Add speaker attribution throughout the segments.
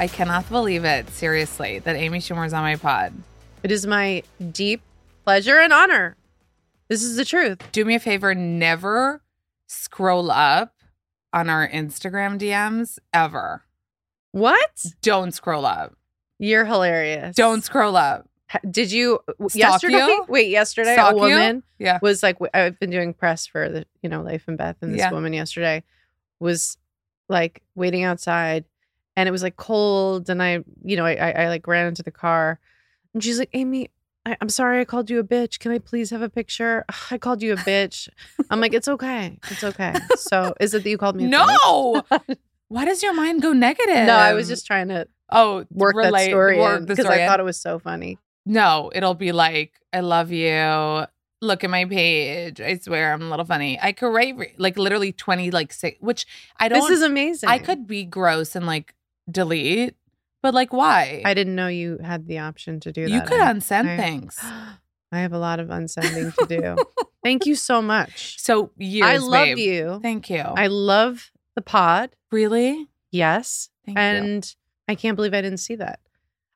Speaker 1: I cannot believe it, seriously, that Amy Schumer's on my pod.
Speaker 2: It is my deep pleasure and honor. This is the truth.
Speaker 1: Do me a favor, never scroll up on our Instagram DMs ever.
Speaker 2: What?
Speaker 1: Don't scroll up.
Speaker 2: You're hilarious.
Speaker 1: Don't scroll up.
Speaker 2: Ha- Did you w-
Speaker 1: Stalk
Speaker 2: yesterday?
Speaker 1: you?
Speaker 2: Wait, yesterday
Speaker 1: Stalk
Speaker 2: a
Speaker 1: you?
Speaker 2: woman
Speaker 1: Yeah.
Speaker 2: was like, w- I've been doing press for the you know Life and Beth, and this
Speaker 1: Yeah.
Speaker 2: woman yesterday was like waiting outside, and it was like cold, and I you know I I, I like ran into the car, and she's like, Amy. I, I'm sorry I called you a bitch. Can I please have a picture? Ugh, I called you a bitch. I'm like, it's okay. It's okay. So is it that you called me a bitch?
Speaker 1: No. Why does your mind go negative?
Speaker 2: No, I was just trying to
Speaker 1: oh
Speaker 2: work
Speaker 1: relate-
Speaker 2: that story
Speaker 1: work the
Speaker 2: because
Speaker 1: story
Speaker 2: I
Speaker 1: in.
Speaker 2: thought it was so funny.
Speaker 1: no, it'll be like I love you. Look at my page. I swear I'm a little funny. I could write re- like literally twenty like six, which I don't.
Speaker 2: This is amazing.
Speaker 1: I could be gross and like delete, but like why?
Speaker 2: I didn't know you had the option to do that.
Speaker 1: you could
Speaker 2: I-
Speaker 1: unsend
Speaker 2: I-
Speaker 1: things.
Speaker 2: I have a lot of unsending to do. Thank you so much.
Speaker 1: So years,
Speaker 2: I love
Speaker 1: babe.
Speaker 2: you.
Speaker 1: Thank you.
Speaker 2: I love the pod.
Speaker 1: really
Speaker 2: Yes,
Speaker 1: Thank you.
Speaker 2: and I can't believe I didn't see that.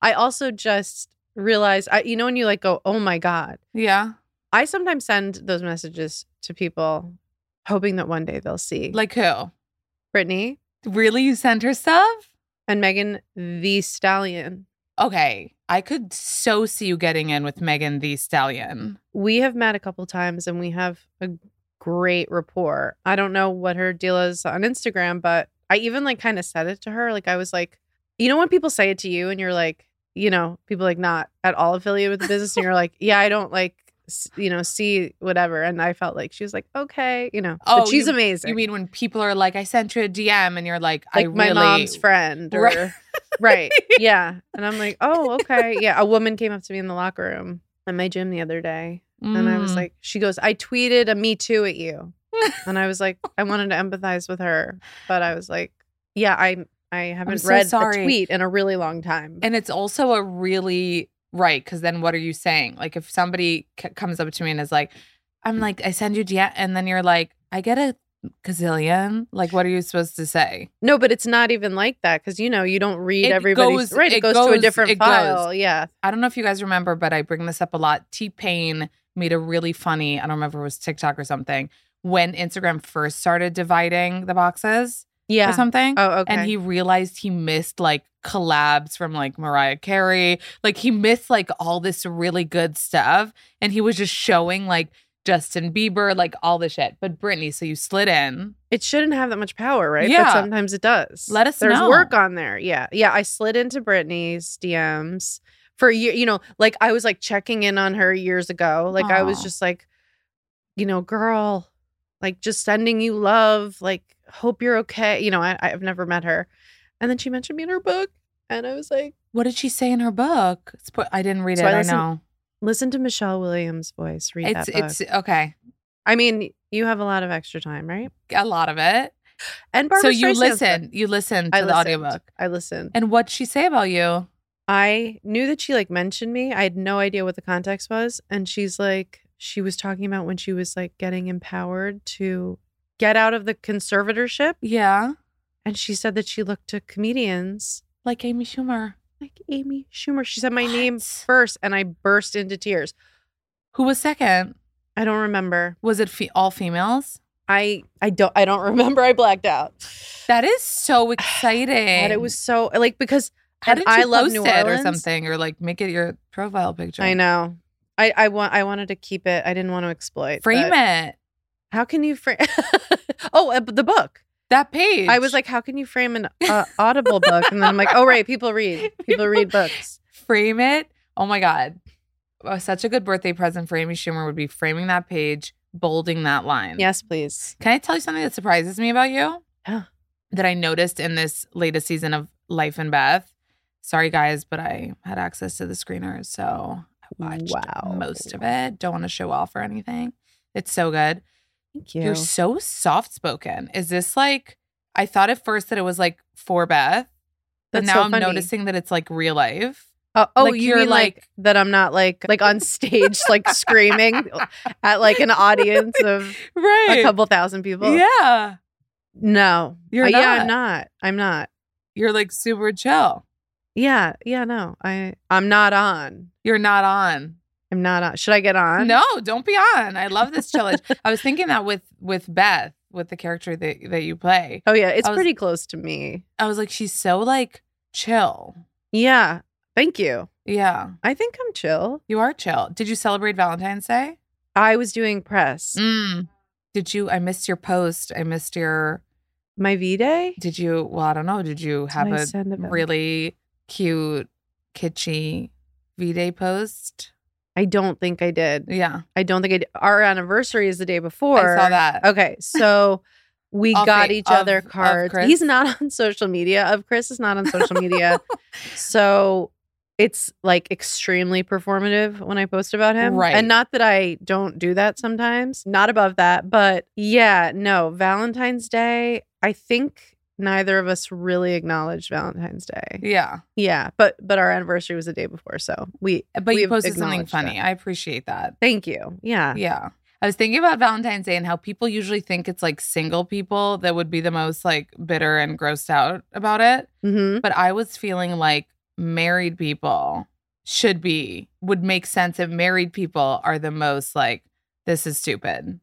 Speaker 2: I also just realized, I, you know, when you like go, oh my god.
Speaker 1: yeah.
Speaker 2: I sometimes send those messages to people, hoping that one day they'll see, like
Speaker 1: Like who?
Speaker 2: Brittany
Speaker 1: Really, you sent her stuff?
Speaker 2: and Megan the Stallion.
Speaker 1: Okay, I could so see you getting in with Megan the Stallion.
Speaker 2: we have met a couple times and we have a great rapport. I don't know what her deal is on Instagram, but I even like kind of said it to her. Like I was like, you know when people say it to you and you're like, you know, people like not at all affiliated with the business and you're like, yeah, I don't like s- you know, see whatever and I felt like she was like, okay, you know.
Speaker 1: Oh,
Speaker 2: but she's
Speaker 1: you-
Speaker 2: amazing.
Speaker 1: You mean when people are like, "I sent you a DM," and you're like, "I
Speaker 2: like my
Speaker 1: really-
Speaker 2: mom's friend or
Speaker 1: Right.
Speaker 2: Right. Yeah. And I'm like, "Oh, okay." Yeah, a woman came up to me in the locker room at my gym the other day And I was
Speaker 1: Mm.
Speaker 2: like, she goes, I tweeted a me too at you. and I was like, I wanted to empathize with her, but I was like, yeah, I I haven't
Speaker 1: so
Speaker 2: read
Speaker 1: sorry.
Speaker 2: a tweet in a really long time.
Speaker 1: and it's also a really right because then what are you saying? Like, if somebody c- comes up to me and is like, "I'm like, I send you DM," and then you're like, "I get a gazillion," like, what are you supposed to say?
Speaker 2: no, but it's not even like that because you know you don't read
Speaker 1: It
Speaker 2: everybody's
Speaker 1: goes-
Speaker 2: right. It,
Speaker 1: it
Speaker 2: goes, to a
Speaker 1: goes-
Speaker 2: different
Speaker 1: it goes.
Speaker 2: file. Yeah,
Speaker 1: I don't know if you guys remember, but I bring this up a lot. T Pain made a really funny, I don't remember if it was TikTok or something, when Instagram first started dividing the boxes or
Speaker 2: yeah.
Speaker 1: something.
Speaker 2: Oh, okay.
Speaker 1: And he realized he missed like collabs from like Mariah Carey. Like he missed like all this really good stuff. And he was just showing like Justin Bieber, like all the shit. But Britney, so you slid in.
Speaker 2: it shouldn't have that much power, right?
Speaker 1: Yeah.
Speaker 2: But sometimes it does.
Speaker 1: Let us
Speaker 2: There's
Speaker 1: know.
Speaker 2: work on there. Yeah. Yeah. I slid into Britney's DMs for you, you know, like I was like checking in on her years ago. Like I was
Speaker 1: Aw.
Speaker 2: just like, you know, girl, like just sending you love, like hope you're okay. You know, I, I've never met her. And then she mentioned me in her book. And I was like,
Speaker 1: What did she say in her book? Spo- I didn't read
Speaker 2: So
Speaker 1: it.
Speaker 2: I
Speaker 1: I,
Speaker 2: listen-
Speaker 1: know.
Speaker 2: listen to Michelle Williams' voice. Read
Speaker 1: It's
Speaker 2: that book.
Speaker 1: it's okay.
Speaker 2: I mean, you have a lot of extra time, right?
Speaker 1: A lot of it.
Speaker 2: And Barbara
Speaker 1: so you
Speaker 2: Streisand's book.
Speaker 1: listen, you listen to
Speaker 2: I
Speaker 1: the
Speaker 2: listened.
Speaker 1: audiobook.
Speaker 2: I listened.
Speaker 1: And what'd she say about you?
Speaker 2: I knew that she like mentioned me. I had no idea what the context was. And she's like, she was talking about when she was like getting empowered to get out of the conservatorship.
Speaker 1: Yeah.
Speaker 2: And she said that she looked to comedians
Speaker 1: Like Amy Schumer,
Speaker 2: Like Amy Schumer. She said my name
Speaker 1: What?
Speaker 2: first and I burst into tears.
Speaker 1: who was second.
Speaker 2: I don't remember.
Speaker 1: Was it fe- all females?
Speaker 2: I I don't I don't remember. I blacked out.
Speaker 1: That is so exciting.
Speaker 2: And it was so like because
Speaker 1: How
Speaker 2: and
Speaker 1: did you
Speaker 2: I love
Speaker 1: post
Speaker 2: New
Speaker 1: it or
Speaker 2: Orleans.
Speaker 1: something, or like make it your profile picture?
Speaker 2: I know. I I want I wanted to keep it. I didn't want to exploit.
Speaker 1: Frame
Speaker 2: but
Speaker 1: it.
Speaker 2: How can you frame? oh, uh, the book.
Speaker 1: That page.
Speaker 2: I was like, how can you frame an uh, Audible book? And then I'm like, oh right, people read. People read books.
Speaker 1: frame it. Oh my god, Oh, such a good birthday present for Amy Schumer would be framing that page, bolding that line.
Speaker 2: Yes, please.
Speaker 1: Can I tell you something that surprises me about you?
Speaker 2: Yeah.
Speaker 1: That I noticed in this latest season of Life and Beth. Sorry, guys, but I had access to the screeners, so I watched
Speaker 2: Wow.
Speaker 1: most of it. Don't want to show off or anything. It's so good.
Speaker 2: Thank you.
Speaker 1: You're so soft spoken. Is this like, I thought at first that it was like for Beth, but
Speaker 2: That's
Speaker 1: now
Speaker 2: so
Speaker 1: I'm
Speaker 2: funny.
Speaker 1: noticing that it's like real life.
Speaker 2: Oh, oh
Speaker 1: Like,
Speaker 2: you
Speaker 1: you're
Speaker 2: mean like,
Speaker 1: like-
Speaker 2: that? I'm not like like on stage, like screaming at like an audience of
Speaker 1: Right.
Speaker 2: a couple thousand people.
Speaker 1: Yeah.
Speaker 2: No,
Speaker 1: You're
Speaker 2: Uh,
Speaker 1: not.
Speaker 2: yeah, I'm not. I'm not.
Speaker 1: You're like super chill.
Speaker 2: Yeah, yeah. No, I I'm not on.
Speaker 1: You're not on.
Speaker 2: I'm not on. Should I get on?
Speaker 1: No, don't be on. I love this challenge. I was thinking that with with Beth, with the character that that you play.
Speaker 2: Oh yeah, it's
Speaker 1: I was-
Speaker 2: pretty close to me.
Speaker 1: I was like, she's so like chill.
Speaker 2: Yeah. Thank you.
Speaker 1: Yeah,
Speaker 2: I think I'm chill.
Speaker 1: you are chill. Did you celebrate Valentine's Day?
Speaker 2: I was doing press.
Speaker 1: Mm. Did you? I missed your post. I missed your.
Speaker 2: My V Day.
Speaker 1: Did you? Well, I don't know. Did you have
Speaker 2: I
Speaker 1: a
Speaker 2: send about-
Speaker 1: really cute, kitschy V Day post?
Speaker 2: I don't think I did.
Speaker 1: Yeah,
Speaker 2: I don't think I did. Our anniversary is the day before.
Speaker 1: Mm. I saw that.
Speaker 2: Okay, so we
Speaker 1: Of
Speaker 2: got
Speaker 1: the-
Speaker 2: each
Speaker 1: of-
Speaker 2: other
Speaker 1: of
Speaker 2: cards.
Speaker 1: Chris?
Speaker 2: He's not on social media. Of Chris is not on social media. so it's like extremely performative when I post about him.
Speaker 1: Right.
Speaker 2: And not that I don't do that sometimes, not above that. But yeah, no, Valentine's Day, I think neither of us really acknowledged Valentine's Day.
Speaker 1: Yeah,
Speaker 2: Yeah. But but our anniversary was the day before. So we
Speaker 1: Uh, but you
Speaker 2: we've
Speaker 1: posted something
Speaker 2: acknowledged that.
Speaker 1: funny. I appreciate that.
Speaker 2: Thank you. Yeah.
Speaker 1: Yeah. I was thinking about Valentine's Day and how people usually think it's like single people that would be the most like bitter and grossed out about it.
Speaker 2: Mm-hmm.
Speaker 1: But I was feeling like married people should be, would make sense if married people are the most like, this is stupid.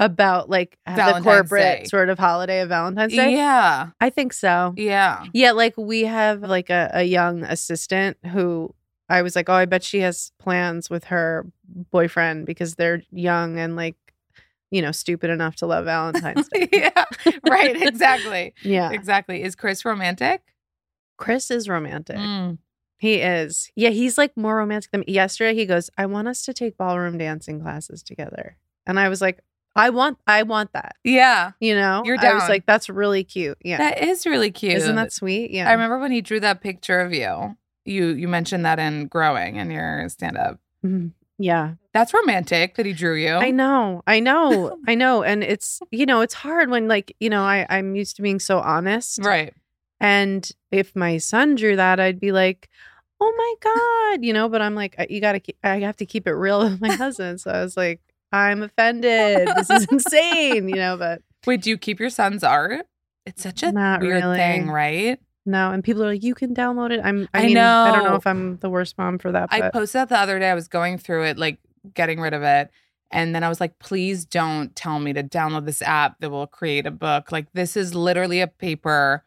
Speaker 2: About like
Speaker 1: Valentine's
Speaker 2: the corporate
Speaker 1: Day.
Speaker 2: sort of holiday of Valentine's Day.
Speaker 1: Yeah.
Speaker 2: I think so.
Speaker 1: Yeah.
Speaker 2: Yeah, like we have like a, a young assistant who I was like, oh, I bet she has plans with her boyfriend because they're young and like, you know, stupid enough to love Valentine's Day.
Speaker 1: yeah. Right. Exactly.
Speaker 2: Yeah.
Speaker 1: Exactly. Is Chris romantic?
Speaker 2: Chris is romantic.
Speaker 1: Mm.
Speaker 2: He is. Yeah, he's like more romantic than yesterday. He goes, I want us to take ballroom dancing classes together. And I was like, I want I want that.
Speaker 1: Yeah.
Speaker 2: You know?
Speaker 1: You're
Speaker 2: I was
Speaker 1: down.
Speaker 2: like, that's really cute. Yeah.
Speaker 1: That is really cute.
Speaker 2: Isn't that sweet? Yeah.
Speaker 1: I remember when he drew that picture of you. You you mentioned that in growing in your stand up.
Speaker 2: Mhm. Yeah.
Speaker 1: That's romantic that he drew you.
Speaker 2: I know, I know, I know, and it's you know it's hard when like you know I I'm used to being so honest,
Speaker 1: Right.
Speaker 2: and if my son drew that, I'd be like, oh my god, you know, but I'm like I- you gotta keep, I have to keep it real with my husband, so I was like I'm offended, this is insane, you know, but
Speaker 1: Wait, do you keep your son's art? It's such a
Speaker 2: Not
Speaker 1: weird
Speaker 2: really.
Speaker 1: thing, right?
Speaker 2: no, and people are like you can download it. I'm I,
Speaker 1: I
Speaker 2: mean I don't
Speaker 1: know.
Speaker 2: know if I'm the worst mom for that,
Speaker 1: I
Speaker 2: but
Speaker 1: posted that the other day. I was going through it, like getting rid of it. And then I was like, please don't tell me to download this app that will create a book. Like, this is literally a paper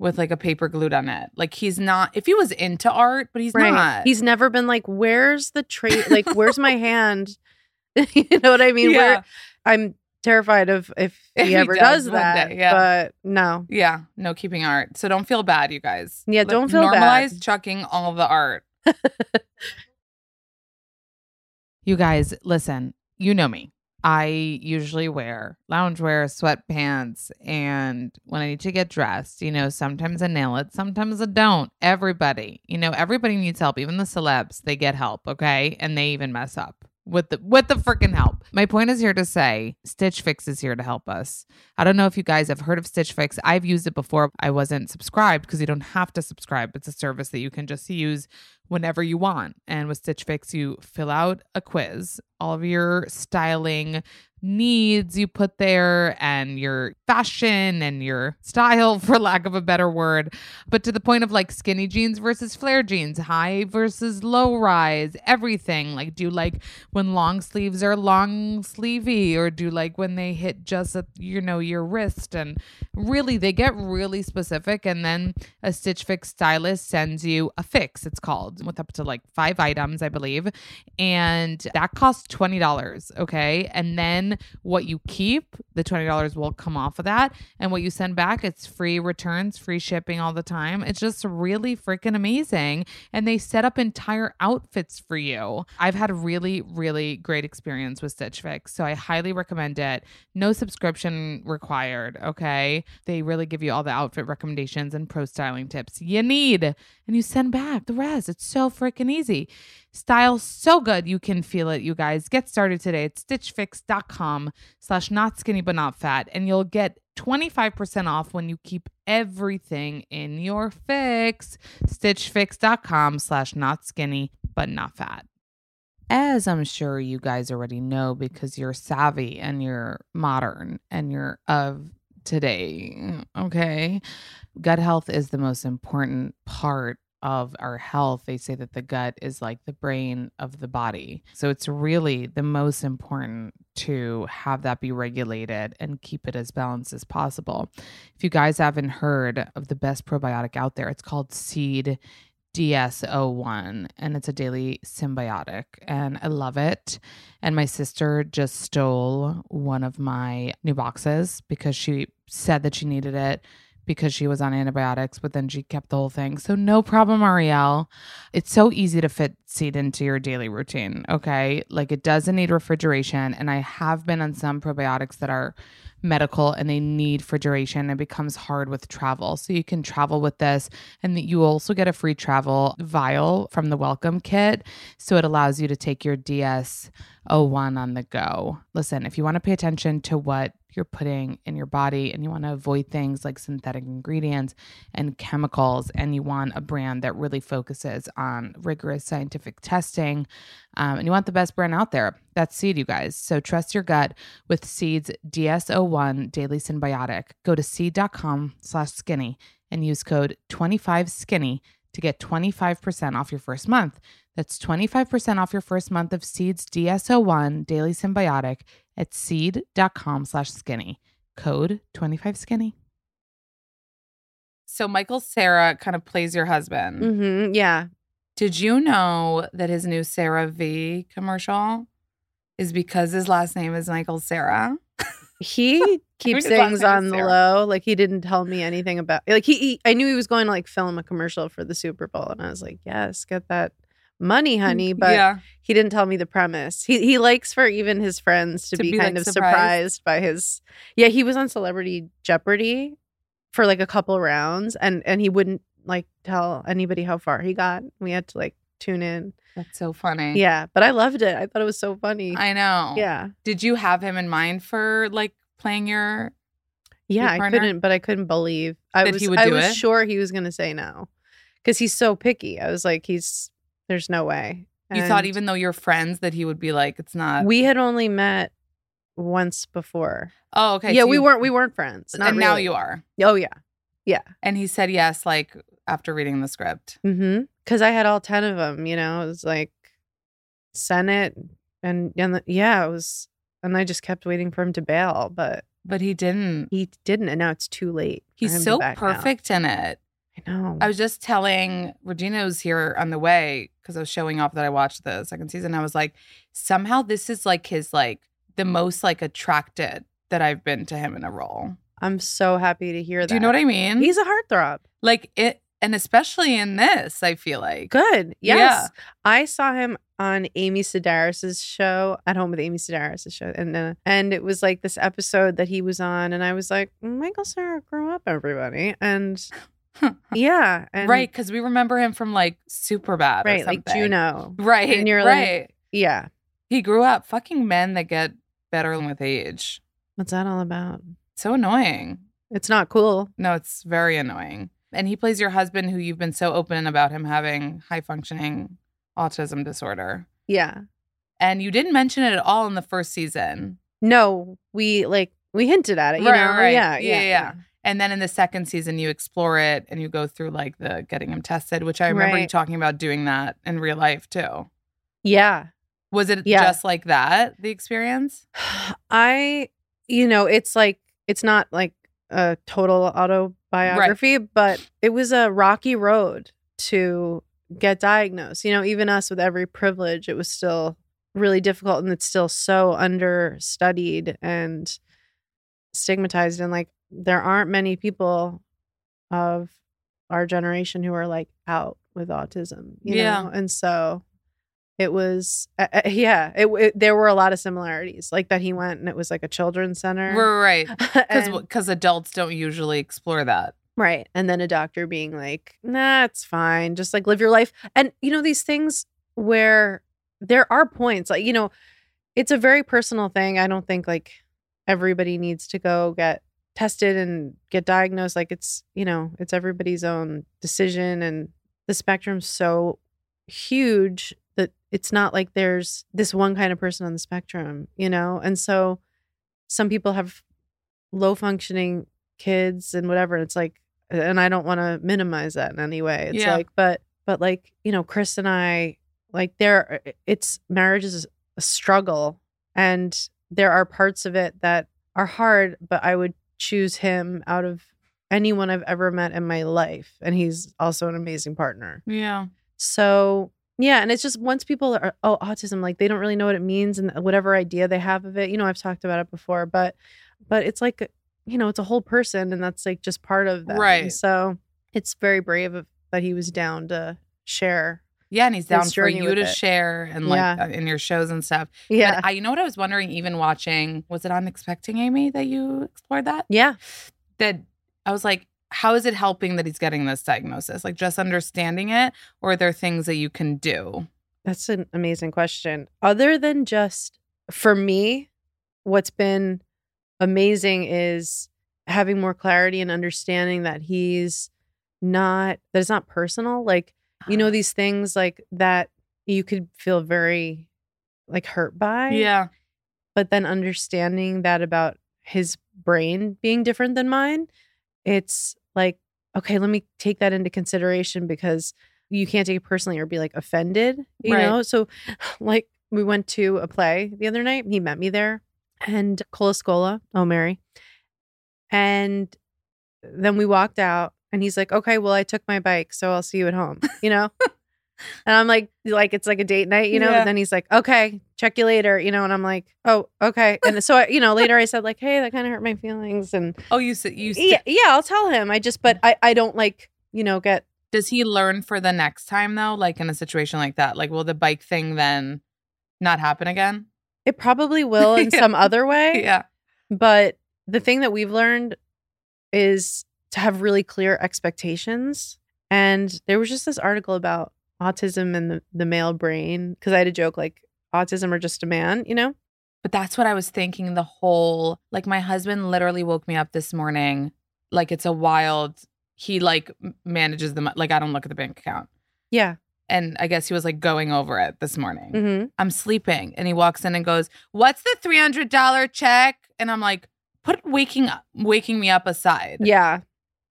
Speaker 1: with like a paper glued on it. Like, he's not, if he was into art, but he's not.
Speaker 2: He's never been like where's the trait, like where's my hand. you know what I mean? Where, I'm terrified of if
Speaker 1: If he
Speaker 2: he ever
Speaker 1: does
Speaker 2: does,
Speaker 1: one
Speaker 2: that.
Speaker 1: day, yeah.
Speaker 2: But no.
Speaker 1: Yeah, no keeping art. So don't feel bad, you guys.
Speaker 2: Yeah,
Speaker 1: Let-
Speaker 2: don't feel
Speaker 1: normalize
Speaker 2: bad.
Speaker 1: chucking all the art. you guys, listen. You know me. I usually wear loungewear, sweatpants, and when I need to get dressed, you know, sometimes I nail it, sometimes I don't. Everybody, you know, everybody needs help. Even the celebs, they get help, okay? And they even mess up with the with the freaking help. My point is here to say, Stitch Fix is here to help us. I don't know if you guys have heard of Stitch Fix. I've used it before. I wasn't subscribed because you don't have to subscribe. It's a service that you can just use whenever you want. And with Stitch Fix, you fill out a quiz, all of your styling needs you put there, and your fashion and your style, for lack of a better word. But to the point of like skinny jeans versus flare jeans, high versus low rise, everything. Like, do you like when long sleeves are long sleevey, or do you like when they hit just at, you know your wrist? And really, they get really specific. And then a Stitch Fix stylist sends you a fix. It's called with up to like five items, I believe, and that costs twenty dollars. Okay, and then what you keep, the twenty dollars will come off of that, and what you send back, it's free returns, free shipping all the time. It's just really freaking amazing. And they set up entire outfits for you. I've had a really, really great experience with Stitch Fix. So I highly recommend it. No subscription required. Okay. They really give you all the outfit recommendations and pro styling tips you need. And you send back the rest. It's so freaking easy. Style so good you can feel it, you guys. Get started today at stitchfix.com slash not skinny but not fat, and you'll get 25% off when you keep everything in your fix. Stitchfix.com slash not skinny but not fat. As I'm sure you guys already know because you're savvy and you're modern and you're of today, okay? Gut health is the most important part of our health. They say that the gut is like the brain of the body. So it's really the most important to have that be regulated and keep it as balanced as possible. If you guys haven't heard of the best probiotic out there, it's called Seed DSO1 and it's a daily symbiotic and I love it. And my sister just stole one of my new boxes because she said that she needed it because she was on antibiotics, but then she kept the whole thing. So no problem, Ariel. It's so easy to fit seed into your daily routine, okay? Like it doesn't need refrigeration. And I have been on some probiotics that are medical and they need refrigeration. It becomes hard with travel. So you can travel with this and that you also get a free travel vial from the welcome kit. So it allows you to take your DS01 on the go. Listen, if you want to pay attention to what you're putting in your body and you want to avoid things like synthetic ingredients and chemicals, and you want a brand that really focuses on rigorous scientific testing, um, and you want the best brand out there, that's Seed, you guys. So trust your gut with Seed's DSO1 Daily Symbiotic. Go to seed.com slash skinny and use code 25skinny to get 25% off your first month. That's 25% off your first month of Seed's DSO1 Daily Symbiotic at seed.com slash skinny. Code 25skinny. So Michael Sarah kind of plays your husband.
Speaker 2: hmm Yeah.
Speaker 1: Did you know that his new Sarah V commercial is because his last name is Michael Sarah?
Speaker 2: He keeps
Speaker 1: just lost
Speaker 2: things
Speaker 1: my
Speaker 2: on the
Speaker 1: Sarah.
Speaker 2: low. Like he didn't tell me anything about like he, he I knew he was going to like film a commercial for the Super Bowl and I was like, "Yes, get that money, honey." But
Speaker 1: yeah.
Speaker 2: he didn't tell me the premise. He he likes for even his friends to,
Speaker 1: To
Speaker 2: be,
Speaker 1: be,
Speaker 2: kind
Speaker 1: like,
Speaker 2: of
Speaker 1: surprised.
Speaker 2: surprised. by his Yeah, he was on Celebrity Jeopardy for like a couple rounds and and he wouldn't like tell anybody how far he got. We had to like tune in.
Speaker 1: That's so funny.
Speaker 2: Yeah, but I loved it. I thought it was so funny.
Speaker 1: I know.
Speaker 2: yeah.
Speaker 1: Did you have him in mind for like playing your
Speaker 2: Yeah, I
Speaker 1: partner?
Speaker 2: couldn't, but I couldn't believe I
Speaker 1: That
Speaker 2: was.
Speaker 1: he would
Speaker 2: I
Speaker 1: do
Speaker 2: was
Speaker 1: it?
Speaker 2: sure he was going to say no, because he's so picky. I was like, he's there's no way.
Speaker 1: you thought
Speaker 2: And
Speaker 1: even though you're friends that he would be like, it's not
Speaker 2: we had only met once before.
Speaker 1: Oh, okay.
Speaker 2: yeah,
Speaker 1: so
Speaker 2: we
Speaker 1: you-
Speaker 2: weren't we weren't friends.
Speaker 1: and
Speaker 2: Not
Speaker 1: now
Speaker 2: really.
Speaker 1: you are.
Speaker 2: Oh yeah,
Speaker 1: And he said yes, like after reading the script.
Speaker 2: mm-hmm. Because I had all ten of them. You know, it was like Senate and and the, yeah, it was. And I just kept waiting for him to bail, but
Speaker 1: But he didn't.
Speaker 2: he didn't, and now it's too late. for him
Speaker 1: He's
Speaker 2: to
Speaker 1: so
Speaker 2: back out.
Speaker 1: perfect in it.
Speaker 2: I know.
Speaker 1: I was just telling Regina was here on the way because I was showing off that I watched the second season. I was like, somehow this is like his like the most like attracted that I've been to him in a role.
Speaker 2: I'm so happy to hear that.
Speaker 1: Do you know what I mean?
Speaker 2: He's a heartthrob.
Speaker 1: like it, and especially in this, I feel like
Speaker 2: Good.
Speaker 1: Yeah.
Speaker 2: Yes. I saw him on Amy Sedaris's show at home with Amy Sedaris's show, and uh, and it was like this episode that he was on, and I was like, Michael Sarah, grow up, everybody, and yeah, and
Speaker 1: right because we remember him from like super bad,
Speaker 2: right, like Juno,
Speaker 1: right?
Speaker 2: And you're like-
Speaker 1: right.
Speaker 2: yeah.
Speaker 1: he grew up. Fucking men that get better with age.
Speaker 2: What's that all about?
Speaker 1: So annoying.
Speaker 2: It's not cool.
Speaker 1: No, it's very annoying. And he plays your husband, who you've been so open about him having high functioning autism disorder.
Speaker 2: Yeah.
Speaker 1: And you didn't mention it at all in the first season.
Speaker 2: No, we like we hinted at it. You
Speaker 1: Right,
Speaker 2: know?
Speaker 1: right.
Speaker 2: Yeah,
Speaker 1: Yeah, yeah. And then in the second season, you explore it and you go through like the getting him tested, which I remember you
Speaker 2: Right.
Speaker 1: talking about doing that in real life too.
Speaker 2: Yeah.
Speaker 1: Was it
Speaker 2: Yeah.
Speaker 1: just like that, the experience?
Speaker 2: I, you know, it's like it's not like a total autobiography, but it was a rocky road to get diagnosed. You know, even us with every privilege, it was still really difficult and it's still so understudied and stigmatized and like there aren't many people of our generation who are like out with autism, you
Speaker 1: Yeah.
Speaker 2: know. And so it was uh, uh, yeah it, it- there were a lot of similarities like that he went and it was like a children's center
Speaker 1: Right.
Speaker 2: Mm. Uh, And-
Speaker 1: Because adults don't usually explore that.
Speaker 2: right and then a doctor being like nah it's fine just like live your life and you know these things where there are points like you know it's a very personal thing i don't think like everybody needs to go get tested and get diagnosed like it's you know it's everybody's own decision and the spectrum's so huge that it's not like there's this one kind of person on the spectrum you know and so some people have low functioning kids and whatever and it's like and i don't want to minimize that in any way it's
Speaker 1: Yeah.
Speaker 2: like but but like you know chris and i like there it's marriage is a struggle and there are parts of it that are hard but i would choose him out of anyone i've ever met in my life and he's also an amazing partner
Speaker 1: Yeah.
Speaker 2: so yeah, and it's just once people are oh autism, like they don't really know what it means and whatever idea they have of it. You know, I've talked about it before, but but it's like uh, you know, it's a whole person, and that's like just part of that.
Speaker 1: Right.
Speaker 2: So it's very brave of, that he was down to share.
Speaker 1: Yeah. And he's down for
Speaker 2: journey
Speaker 1: you
Speaker 2: with
Speaker 1: to
Speaker 2: it.
Speaker 1: share and like
Speaker 2: Yeah.
Speaker 1: uh, in your shows and stuff.
Speaker 2: Yeah.
Speaker 1: But I, you know what I was wondering, even watching, was it on Expecting Amy that you explored that?
Speaker 2: yeah.
Speaker 1: That I was like, how is it helping that he's getting this diagnosis? Like just understanding it, or are there things that you can do?
Speaker 2: That's an amazing question. Other than just for me, what's been amazing is having more clarity and understanding that he's not that it's not personal. Like, you know, these things like that you could feel very like hurt by.
Speaker 1: Yeah.
Speaker 2: But then understanding that about his brain being different than mine, it's like, okay, let me take that into consideration because you can't take it personally or be like offended, you
Speaker 1: Right.
Speaker 2: know? So, like, we went to a play the other night. He met me there and Cola Scola, oh, Mary. And then we walked out and he's like, okay, well, I took my bike. So I'll see you at home, you know? and I'm like, like, it's like a date night, you know?
Speaker 1: Yeah.
Speaker 2: And then he's like, okay, check you later, you know? And I'm like, oh, okay. And so, I, you know, later I said, like, hey, that kind of hurt my feelings. And
Speaker 1: Oh, you said you. St-
Speaker 2: yeah, yeah, I'll tell him. I just, but I, I don't like, you know, get
Speaker 1: Does he learn for the next time though? Like in a situation like that, like will the bike thing then not happen again?
Speaker 2: It probably will in
Speaker 1: Yeah.
Speaker 2: some other way.
Speaker 1: Yeah.
Speaker 2: But the thing that we've learned is to have really clear expectations. And there was just this article about autism and the, the male brain. Cause I had a joke like autism or just a man, you know?
Speaker 1: But that's what I was thinking the whole like my husband literally woke me up this morning like it's a wild he like m- manages the mo- like I don't look at the bank account.
Speaker 2: Yeah.
Speaker 1: And I guess he was like going over it this morning.
Speaker 2: hmm
Speaker 1: I'm sleeping and he walks in and goes, "What's the $300 check?" And I'm like, "Put waking up waking me up aside."
Speaker 2: Yeah.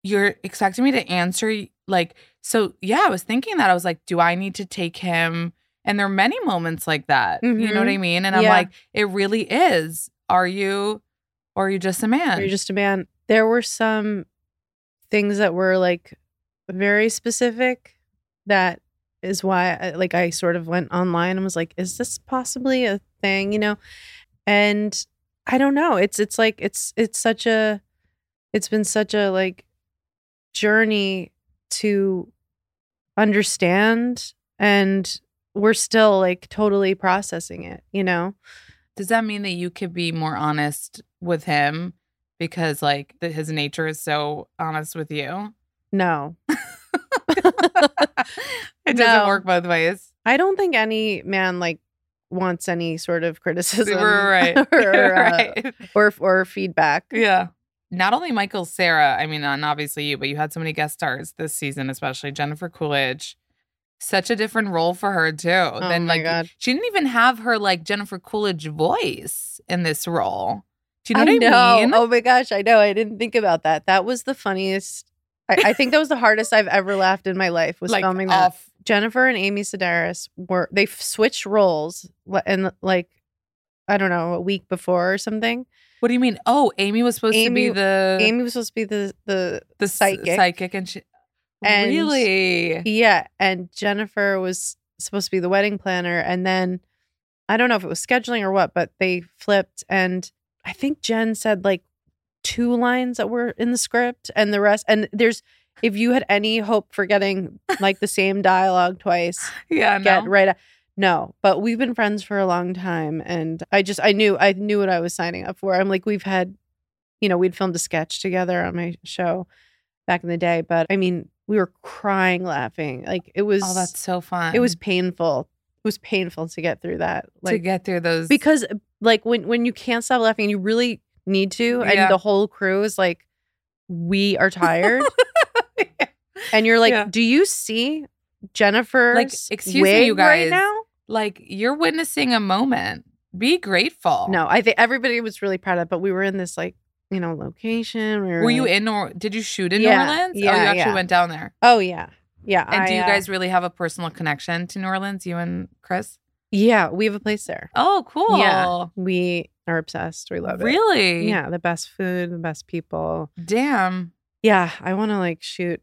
Speaker 1: you're expecting me to answer like so yeah i was thinking that i was like do i need to take him and there are many moments like that you know what i mean and i'm
Speaker 2: Mm-hmm. Yeah.
Speaker 1: like it really is are you or are you just a man
Speaker 2: You're just a man. There were some things that were like very specific that is why I, like I sort of went online and was like is this possibly a thing you know and I don't know it's it's like it's it's such a it's been such a like journey to understand and we're still like totally processing it you know
Speaker 1: does that mean that you could be more honest with him because like that his nature is so honest with you
Speaker 2: no
Speaker 1: it doesn't
Speaker 2: No.
Speaker 1: work both ways
Speaker 2: I don't think any man like wants any sort of criticism
Speaker 1: We're right
Speaker 2: or, uh,
Speaker 1: right
Speaker 2: or or feedback.
Speaker 1: yeah not only Michael, Sarah, I mean, and obviously you, but you had so many guest stars this season, especially Jennifer Coolidge. Such a different role for her too. Oh
Speaker 2: my God.
Speaker 1: she didn't even have her like Jennifer Coolidge voice in this role. Do you know
Speaker 2: I
Speaker 1: what I mean?
Speaker 2: Oh my gosh, I know. I didn't think about that. That was the funniest. I, I think that was the hardest I've ever laughed in my life. Was
Speaker 1: like
Speaker 2: filming that.
Speaker 1: off.
Speaker 2: Jennifer and Amy Sedaris were they f- switched roles li- and like I don't know a week before or something.
Speaker 1: What do you mean? Oh, Amy was supposed to be
Speaker 2: Amy-
Speaker 1: the
Speaker 2: Amy was supposed to be the the
Speaker 1: the s-
Speaker 2: psychic.
Speaker 1: psychic, and she
Speaker 2: And-
Speaker 1: really
Speaker 2: yeah, and Jennifer was supposed to be the wedding planner, and then I don't know if it was scheduling or what, but they flipped, and I think Jen said like two lines that were in the script, and the rest, and there's. If you had any hope for getting like the same dialogue twice,
Speaker 1: yeah.
Speaker 2: get
Speaker 1: no.
Speaker 2: right. No, but we've been friends for a long time, and I just I knew I knew what I was signing up for. I'm like we've had, you know, we'd filmed a sketch together on my show back in the day, but I mean we were crying laughing. Like it was
Speaker 1: Oh, that's so fun.
Speaker 2: it was painful. It was painful to get through that.
Speaker 1: to
Speaker 2: Like
Speaker 1: get through those
Speaker 2: because like when when you can't stop laughing and you really need to, and
Speaker 1: Yeah.
Speaker 2: the whole crew is like, we are tired, and you're like,
Speaker 1: Yeah.
Speaker 2: do you see Jennifer?
Speaker 1: excuse me, you guys.
Speaker 2: right now.
Speaker 1: like you're witnessing a moment. Be grateful.
Speaker 2: No, I think everybody was really proud of. But we were in this like you know location. We were,
Speaker 1: Were you
Speaker 2: like-
Speaker 1: in Nor? Did you shoot in
Speaker 2: Yeah,
Speaker 1: New Orleans? oh,
Speaker 2: yeah,
Speaker 1: you actually
Speaker 2: yeah.
Speaker 1: went down there.
Speaker 2: Oh yeah, yeah.
Speaker 1: And
Speaker 2: I,
Speaker 1: do you
Speaker 2: uh,
Speaker 1: guys really have a personal connection to New Orleans? You and Chris?
Speaker 2: yeah, we have a place there.
Speaker 1: Oh, cool.
Speaker 2: Yeah. We are obsessed. We love it.
Speaker 1: Really?
Speaker 2: Yeah, the best food, the best people.
Speaker 1: Damn.
Speaker 2: Yeah, I want to like shoot.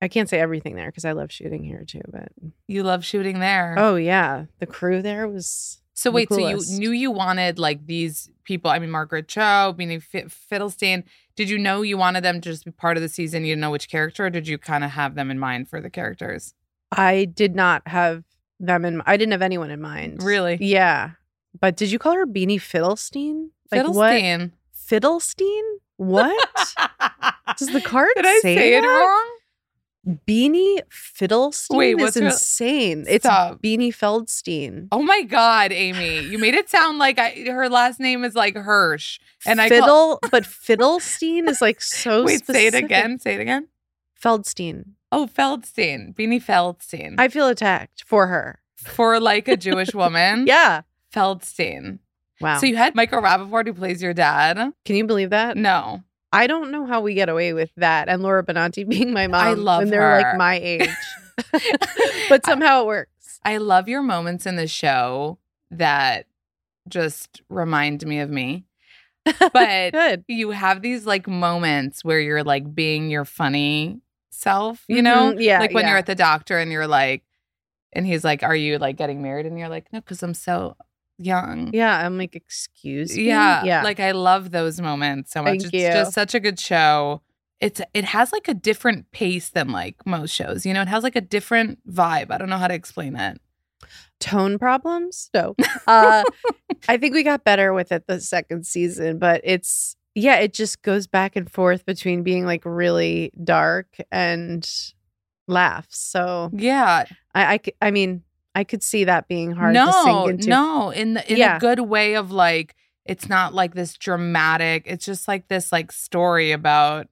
Speaker 2: I can't say everything there because I love shooting here too. But
Speaker 1: You love shooting there.
Speaker 2: oh yeah, the crew there was
Speaker 1: So
Speaker 2: the
Speaker 1: wait, so you
Speaker 2: coolest.
Speaker 1: knew you wanted like these people? I mean, Margaret Cho, meaning F- Fiddlestein. Did you know you wanted them to just be part of the season? You didn't know which character, or did you kind of have them in mind for the characters?
Speaker 2: I did not have them in. I didn't have anyone in mind.
Speaker 1: Really?
Speaker 2: Yeah. But did you call her Beanie Fiddlestein? Like what?
Speaker 1: Fiddlestein.
Speaker 2: Fiddlestein? What? Does the card
Speaker 1: Did I
Speaker 2: say,
Speaker 1: say, it
Speaker 2: that?
Speaker 1: wrong?
Speaker 2: Beanie Fiddlestein
Speaker 1: Wait, what's
Speaker 2: is
Speaker 1: her-
Speaker 2: insane. It's
Speaker 1: Stop.
Speaker 2: Beanie Feldstein.
Speaker 1: Oh my God, Amy, you made it sound like I, her last name is like Hirsch. And I call-
Speaker 2: Fiddle, but Fiddlestein is like so.
Speaker 1: Wait, say it
Speaker 2: specific.
Speaker 1: again. Say it again.
Speaker 2: Feldstein.
Speaker 1: Oh, Feldstein, Beanie Feldstein,
Speaker 2: I feel attacked for her.
Speaker 1: for like a Jewish woman.
Speaker 2: Yeah.
Speaker 1: Feldstein.
Speaker 2: Wow. Uh,
Speaker 1: So Mm-hmm. you had Michael Rappaport who plays your dad.
Speaker 2: Can you believe that?
Speaker 1: No,
Speaker 2: I don't know how we get away with that. And Laura Benanti being my mom.
Speaker 1: love
Speaker 2: when they're
Speaker 1: her.
Speaker 2: like my age, but somehow it works.
Speaker 1: I love your moments in the show that just remind me of me. But
Speaker 2: Good.
Speaker 1: you have these like moments where you're like being your funny self, you know?
Speaker 2: Mhm. Yeah.
Speaker 1: Mm-hmm. like when
Speaker 2: yeah.
Speaker 1: you're at the doctor and you're like, and he's like, "Are you like getting married?" And you're like, "No, because I'm so young."
Speaker 2: Yeah. I'm like, excuse me.
Speaker 1: yeah,
Speaker 2: Yeah.
Speaker 1: Like I love those moments so much.
Speaker 2: Thank
Speaker 1: it's
Speaker 2: you.
Speaker 1: just such a good show. It's it has like a different pace than like most shows. You know, it has like a different vibe. I don't know how to explain it.
Speaker 2: tone problems. No, uh, I think we got better with it the second season, but it's yeah, it just goes back and forth between being like really dark and laughs. So
Speaker 1: Yeah,
Speaker 2: I, I, c- I mean, I could see that being hard to
Speaker 1: no,
Speaker 2: sink into.
Speaker 1: no, in the in a
Speaker 2: Yeah.
Speaker 1: good way of like it's not like this dramatic. It's just like this like story about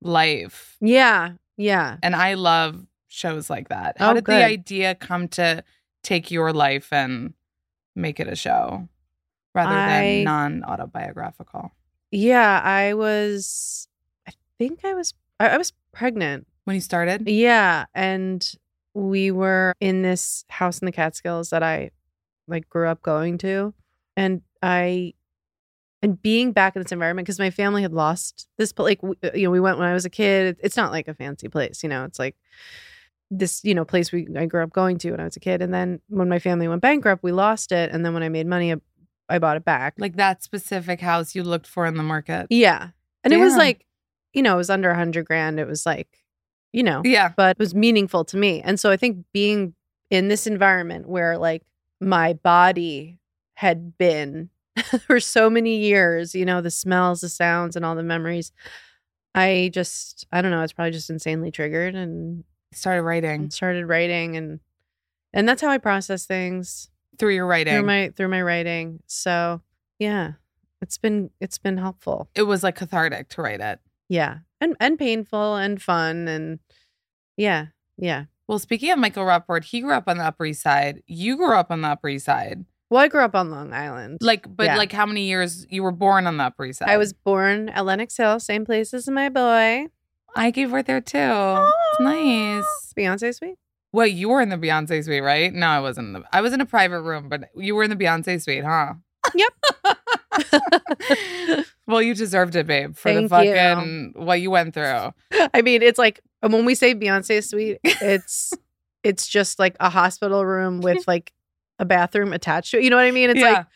Speaker 1: life.
Speaker 2: Yeah, yeah.
Speaker 1: and I love shows like that. How
Speaker 2: Oh,
Speaker 1: did
Speaker 2: good.
Speaker 1: the idea come to take your life and make it a show rather
Speaker 2: I-
Speaker 1: than non autobiographical?
Speaker 2: Yeah, I was I think I was I, I was pregnant
Speaker 1: When you started?
Speaker 2: Yeah, and we were in this house in the Catskills that I like grew up going to, and I and being back in this environment because my family had lost this place. Like we, you know, we went when I was a kid. It's not like a fancy place, you know. It's like this you know place we I grew up going to when I was a kid, and then when my family went bankrupt, we lost it, and then when I made money, I, I bought it back.
Speaker 1: Like that specific house you looked for in the market?
Speaker 2: yeah, and it was
Speaker 1: Damn.
Speaker 2: like you know it was under a hundred grand. It was like you know
Speaker 1: Yeah.
Speaker 2: but it was meaningful to me. And so I think being in this environment where like my body had been for so many years, you know, the smells, the sounds, and all the memories, I just, I don't know, I was probably just insanely triggered and
Speaker 1: Started writing
Speaker 2: started writing and and that's how I process things
Speaker 1: through your writing.
Speaker 2: through my through my writing. So yeah, It's been it's been helpful.
Speaker 1: It was like cathartic to write it.
Speaker 2: Yeah. And and painful and fun and yeah. Yeah.
Speaker 1: Well, speaking of Michael Rapport, he grew up on the Upper East Side. You grew up on the Upper East Side.
Speaker 2: Well, I grew up on Long Island.
Speaker 1: Like, but
Speaker 2: Yeah.
Speaker 1: like how many years you were born on the Upper East Side?
Speaker 2: I was born at Lenox Hill, same place as my boy.
Speaker 1: I gave birth there too. It's nice.
Speaker 2: Beyonce suite.
Speaker 1: Well, you were in the Beyonce suite, right? No, I wasn't. In the, I was in a private room, but you were in the Beyonce suite, huh? Yep. well, you deserved it, babe, for the
Speaker 2: Thank you.
Speaker 1: fucking what you went through.
Speaker 2: I mean, it's like when we say Beyonce suite, it's it's just like a hospital room with like a bathroom attached to it. You know what I mean? It's
Speaker 1: yeah.
Speaker 2: like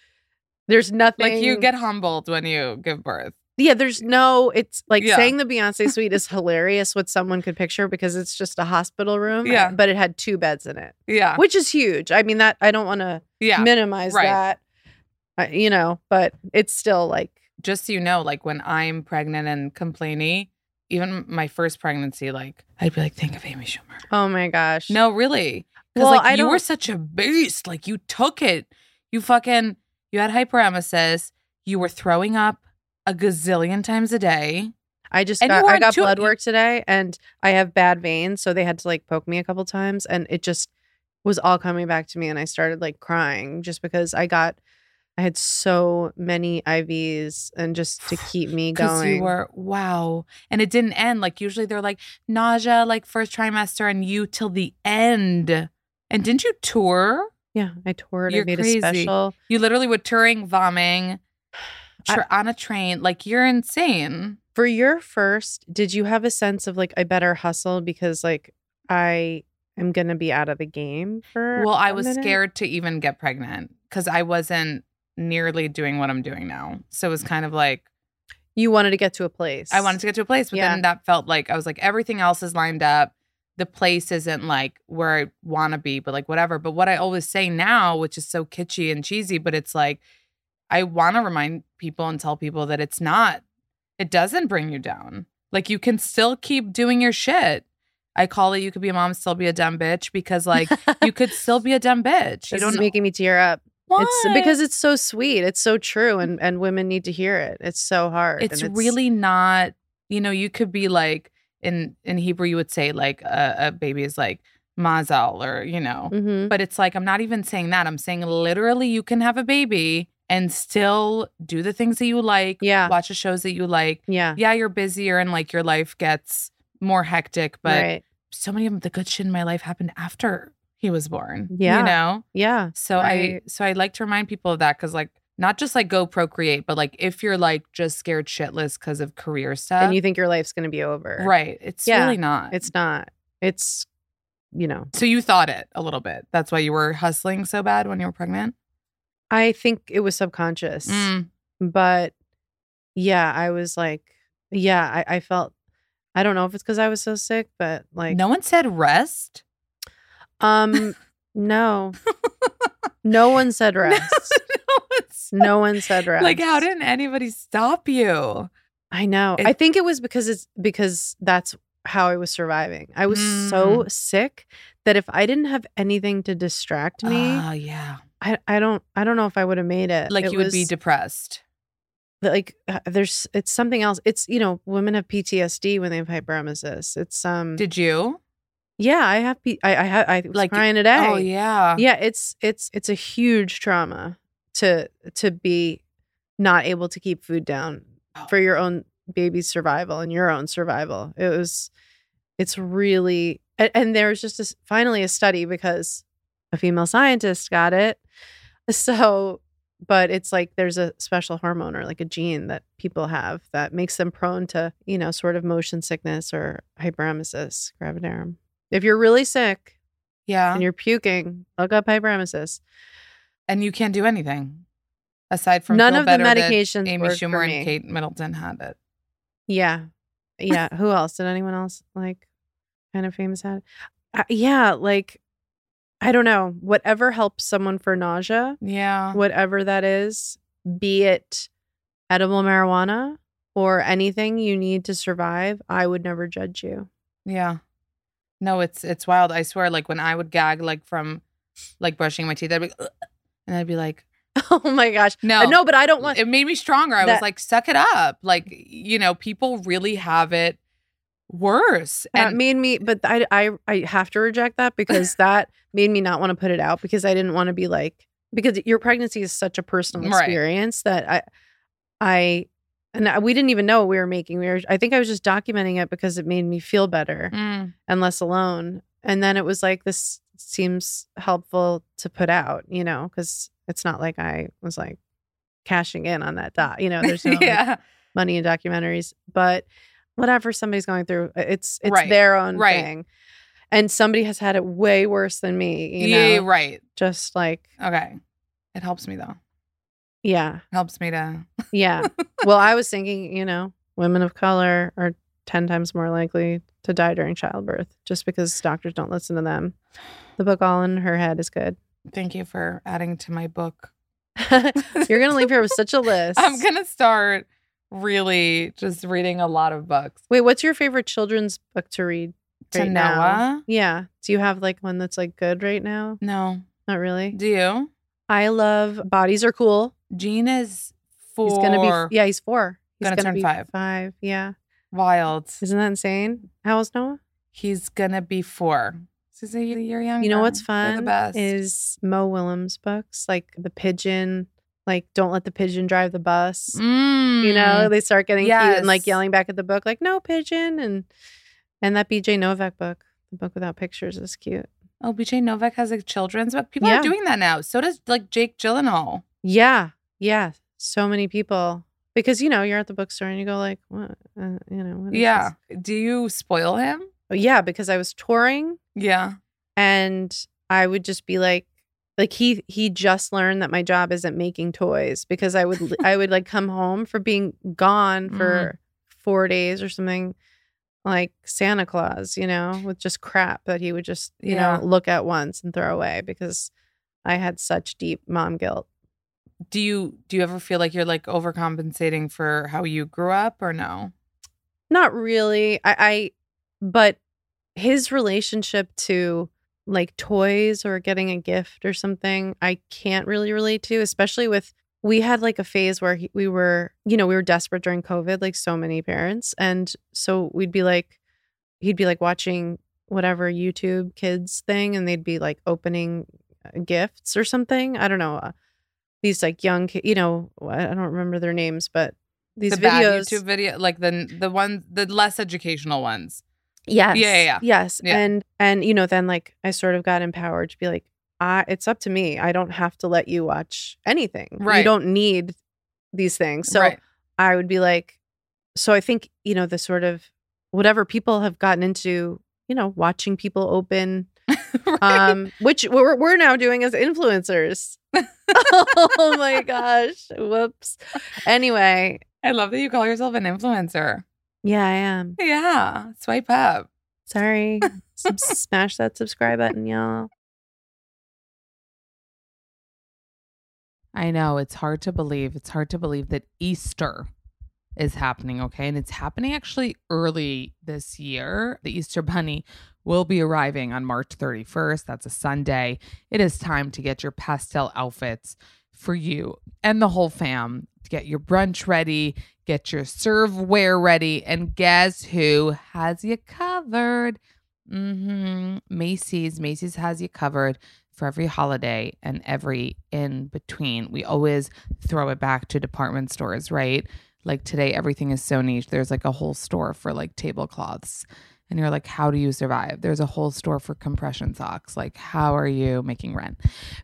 Speaker 2: there's nothing
Speaker 1: like you get humbled when you give birth.
Speaker 2: Yeah, there's no it's like
Speaker 1: Yeah.
Speaker 2: saying the Beyonce suite is hilarious what someone could picture because it's just a hospital room.
Speaker 1: Yeah. Uh.
Speaker 2: But it had two beds in it.
Speaker 1: Yeah.
Speaker 2: Which is huge. I mean that I don't want to
Speaker 1: Yeah.
Speaker 2: minimize
Speaker 1: right.
Speaker 2: that. Uh, you know, but it's still like
Speaker 1: just so you know, like when I'm pregnant and complaining, even my first pregnancy, like I'd be like, think of Amy Schumer.
Speaker 2: oh my gosh.
Speaker 1: No, really. Because
Speaker 2: Well,
Speaker 1: like
Speaker 2: I
Speaker 1: you were
Speaker 2: don't-
Speaker 1: such a beast. Like you took it. You fucking you had hyperemesis. You were throwing up a gazillion times a day.
Speaker 2: I just
Speaker 1: And
Speaker 2: got
Speaker 1: you
Speaker 2: I
Speaker 1: weren't
Speaker 2: got
Speaker 1: too-
Speaker 2: blood
Speaker 1: you-
Speaker 2: work today and I have bad veins, so they had to like poke me a couple times and it just was all coming back to me and I started like crying just because I got I had so many IVs and just to keep me
Speaker 1: Because
Speaker 2: going.
Speaker 1: you were wow. And it didn't end. Like usually they're like nausea, like first trimester, and you till the end. And didn't you tour?
Speaker 2: yeah, I toured.
Speaker 1: You're
Speaker 2: I made
Speaker 1: crazy.
Speaker 2: a special.
Speaker 1: You literally were touring, vomiting
Speaker 2: I-
Speaker 1: tr- on a train. Like you're insane.
Speaker 2: For your first, did you have a sense of like I better hustle because like I am gonna be out of the game for
Speaker 1: Well, I
Speaker 2: a
Speaker 1: was
Speaker 2: minute?
Speaker 1: scared to even get pregnant because I wasn't nearly doing what I'm doing now. So it was kind of like
Speaker 2: You wanted to get to a place.
Speaker 1: I wanted to get to a place, but then
Speaker 2: Yeah.
Speaker 1: that felt like I was like everything else is lined up. The place isn't like where I want to be, but like whatever. But what I always say now, which is so kitschy and cheesy, but it's like I want to remind people and tell people that it's not, it doesn't bring you down. Like you can still keep doing your shit. I call it you could be a mom, still be a dumb bitch because like you could still be a dumb bitch. You
Speaker 2: This
Speaker 1: don't
Speaker 2: is making me tear up.
Speaker 1: Why?
Speaker 2: It's because it's so sweet. It's so true, and and women need to hear it. It's so hard.
Speaker 1: it's,
Speaker 2: and
Speaker 1: really not. You know, you could be like in in Hebrew, you would say like a, a baby is like mazal or you know,
Speaker 2: Mhm.
Speaker 1: but it's like I'm not even saying that. I'm saying literally, you can have a baby and still do the things that you like.
Speaker 2: Yeah.
Speaker 1: watch the shows that you like.
Speaker 2: Yeah,
Speaker 1: Yeah, you're busier and like your life gets more hectic, but
Speaker 2: right.
Speaker 1: so many of the good shit in my life happened after he was born.
Speaker 2: Yeah.
Speaker 1: you know.
Speaker 2: Yeah,
Speaker 1: So I
Speaker 2: Right.
Speaker 1: so I like to remind people of that because like not just like go procreate, but like if you're like just scared shitless because of career stuff,
Speaker 2: and you think your life's gonna be over.
Speaker 1: right? It's
Speaker 2: Yeah.
Speaker 1: really not.
Speaker 2: It's not. It's you know.
Speaker 1: so you thought it a little bit. That's why you were hustling so bad when you were pregnant.
Speaker 2: I think it was subconscious,
Speaker 1: Mm.
Speaker 2: but yeah, I was like, yeah, I, I felt. I don't know if it's because I was so sick, but like,
Speaker 1: no one said rest.
Speaker 2: um, no, no one said rest.
Speaker 1: no one said-
Speaker 2: No one said rest.
Speaker 1: Like how didn't anybody stop you?
Speaker 2: I know. I
Speaker 1: It-
Speaker 2: think it was because it's because that's how I was surviving. I was
Speaker 1: Mm.
Speaker 2: so sick that if I didn't have anything to distract me,
Speaker 1: Oh yeah,
Speaker 2: I, I don't I don't know if I would have made it.
Speaker 1: like
Speaker 2: It
Speaker 1: you would be
Speaker 2: was
Speaker 1: depressed.
Speaker 2: like uh, there's it's something else. It's you know women have PTSD when they have hyperemesis. It's um
Speaker 1: Did you?
Speaker 2: yeah I have P- I I had I was
Speaker 1: Like,
Speaker 2: crying today.
Speaker 1: Oh yeah.
Speaker 2: yeah it's it's it's a huge trauma to to be not able to keep food down for your own baby's survival and your own survival it was it's really and, and there was just this, finally a study because a female scientist got it so but it's like there's a special hormone or like a gene that people have that makes them prone to you know sort of motion sickness or hyperemesis gravidarum if you're really sick
Speaker 1: Yeah.
Speaker 2: and you're puking, look up hyperemesis.
Speaker 1: and you can't do anything aside from
Speaker 2: None
Speaker 1: feel
Speaker 2: of the
Speaker 1: better that
Speaker 2: medications
Speaker 1: Amy
Speaker 2: work for
Speaker 1: Schumer and
Speaker 2: me.
Speaker 1: Kate Middleton had it.
Speaker 2: Yeah. Yeah. Who else? Did anyone else like kind of famous had? Uh, yeah. Like, I don't know. Whatever helps someone for nausea,
Speaker 1: Yeah,
Speaker 2: whatever that is, be it edible marijuana or anything you need to survive, I would never judge you.
Speaker 1: yeah. No, it's it's wild. I swear. Like when I would gag, like from like brushing my teeth, I'd be, "Ugh," and I'd be like,
Speaker 2: oh my gosh.
Speaker 1: No.
Speaker 2: Uh, No, but I don't want.
Speaker 1: it made me stronger. I was
Speaker 2: That-
Speaker 1: like, suck it up. Like, you know, people really have it worse.
Speaker 2: That
Speaker 1: And
Speaker 2: made me, but I, I, I have to reject that because that made me not want to put it out because I didn't want to be like because your pregnancy is such a personal
Speaker 1: Right.
Speaker 2: experience that I, I, and I, we didn't even know what we were making. We were, I think I was just documenting it because it made me feel better
Speaker 1: Mm,
Speaker 2: and less alone. And then it was like this seems helpful to put out, you know, because it's not like I was like cashing in on that dot. You know, there's no like,
Speaker 1: Mm. yeah.
Speaker 2: money in documentaries, but whatever somebody's going through, it's it's
Speaker 1: Right.
Speaker 2: their own
Speaker 1: Right.
Speaker 2: thing. And somebody has had it way worse than me, you know.
Speaker 1: yeah, right.
Speaker 2: Just like
Speaker 1: Okay. It helps me though.
Speaker 2: yeah,
Speaker 1: It helps me to
Speaker 2: yeah. well, I was thinking, you know, women of color are 10 times more likely to die during childbirth just because doctors don't listen to them. The book All in Her Head is good.
Speaker 1: thank you for adding to my book.
Speaker 2: You're going to leave here with such a list.
Speaker 1: I'm gonna start really just reading a lot of books.
Speaker 2: Wait, what's your favorite children's book to read?
Speaker 1: To
Speaker 2: right now?
Speaker 1: Noah?
Speaker 2: Yeah. Do you have like one that's like good right now?
Speaker 1: No.
Speaker 2: Not really.
Speaker 1: Do you?
Speaker 2: I love Bodies Are Cool.
Speaker 1: Gina's four
Speaker 2: He's gonna be yeah, he's four. He's
Speaker 1: Gonna turn
Speaker 2: be
Speaker 1: five.
Speaker 2: Five, yeah.
Speaker 1: wild.
Speaker 2: Isn't that insane? How old's Noah?
Speaker 1: He's gonna be four. He's a year younger.
Speaker 2: You know what's
Speaker 1: They're
Speaker 2: fun
Speaker 1: The best.
Speaker 2: is Mo Willems books, like the pigeon, like don't let the pigeon drive the bus. You know,
Speaker 1: Mm.
Speaker 2: they start getting cute and like
Speaker 1: Yes.
Speaker 2: yelling back at the book, like no pigeon, and and that B.J. Novak book, the book without pictures, is cute.
Speaker 1: Oh, BJ Novak has a children's book. People
Speaker 2: Yeah.
Speaker 1: are doing that now. So does like Jake Gyllenhaal.
Speaker 2: Yeah, yeah. So many people because you know you're at the bookstore and you go like, what, uh, you know, what is
Speaker 1: Yeah. Do you spoil him?
Speaker 2: this? yeah. Because I was touring
Speaker 1: Yeah.
Speaker 2: and I would just be like like he he just learned that my job isn't making toys because I would I would like come home for being gone for 4 days or something like Santa Claus, you know, with just crap that he would just, you
Speaker 1: Yeah.
Speaker 2: know, look at once and throw away because I had such deep mom guilt.
Speaker 1: Do you do you ever feel like you're like overcompensating for how you grew up or no?
Speaker 2: Not really. I I but his relationship to like toys or getting a gift or something i can't really relate to especially with we had like a phase where he, we were you know we were desperate during covid like so many parents and so we'd be like he'd be like watching whatever youtube kids thing and they'd be like opening uh, gifts or something i don't know uh, these like young ki- you know i I don't remember their names but these
Speaker 1: the bad
Speaker 2: videos
Speaker 1: YouTube video, like the the ones, the less educational ones.
Speaker 2: Yes.
Speaker 1: Yeah, yeah, yeah.
Speaker 2: Yes.
Speaker 1: Yeah.
Speaker 2: And and you know, then like I sort of got empowered to be like, I it's up to me. I don't have to let you watch anything. You
Speaker 1: Right.
Speaker 2: don't need these things. So
Speaker 1: right.
Speaker 2: I would be like, so I think, you know, the sort of whatever people have gotten into, you know, watching people open,
Speaker 1: Right.
Speaker 2: um, which we're, we're now doing as influencers. oh my gosh. Whoops. Anyway,
Speaker 1: I love that you call yourself an influencer.
Speaker 2: yeah, I am.
Speaker 1: Yeah, swipe up.
Speaker 2: Sorry. Sub- smash that subscribe button, y'all.
Speaker 1: I know it's hard to believe. It's hard to believe that Easter is happening, okay? And it's happening actually early this year. The Easter Bunny will be arriving on March 31st. That's a Sunday. It is time to get your pastel outfits for you and the whole fam. Get your brunch ready, get your serveware ready, and guess who has you covered? Mm-hmm. Macy's. Macy's has you covered for every holiday and every in between. We always throw it back to department stores, right? Like today, everything is so niche. There's like a whole store for like tablecloths. And you're like, how do you survive? There's a whole store for compression socks. Like, how are you making rent?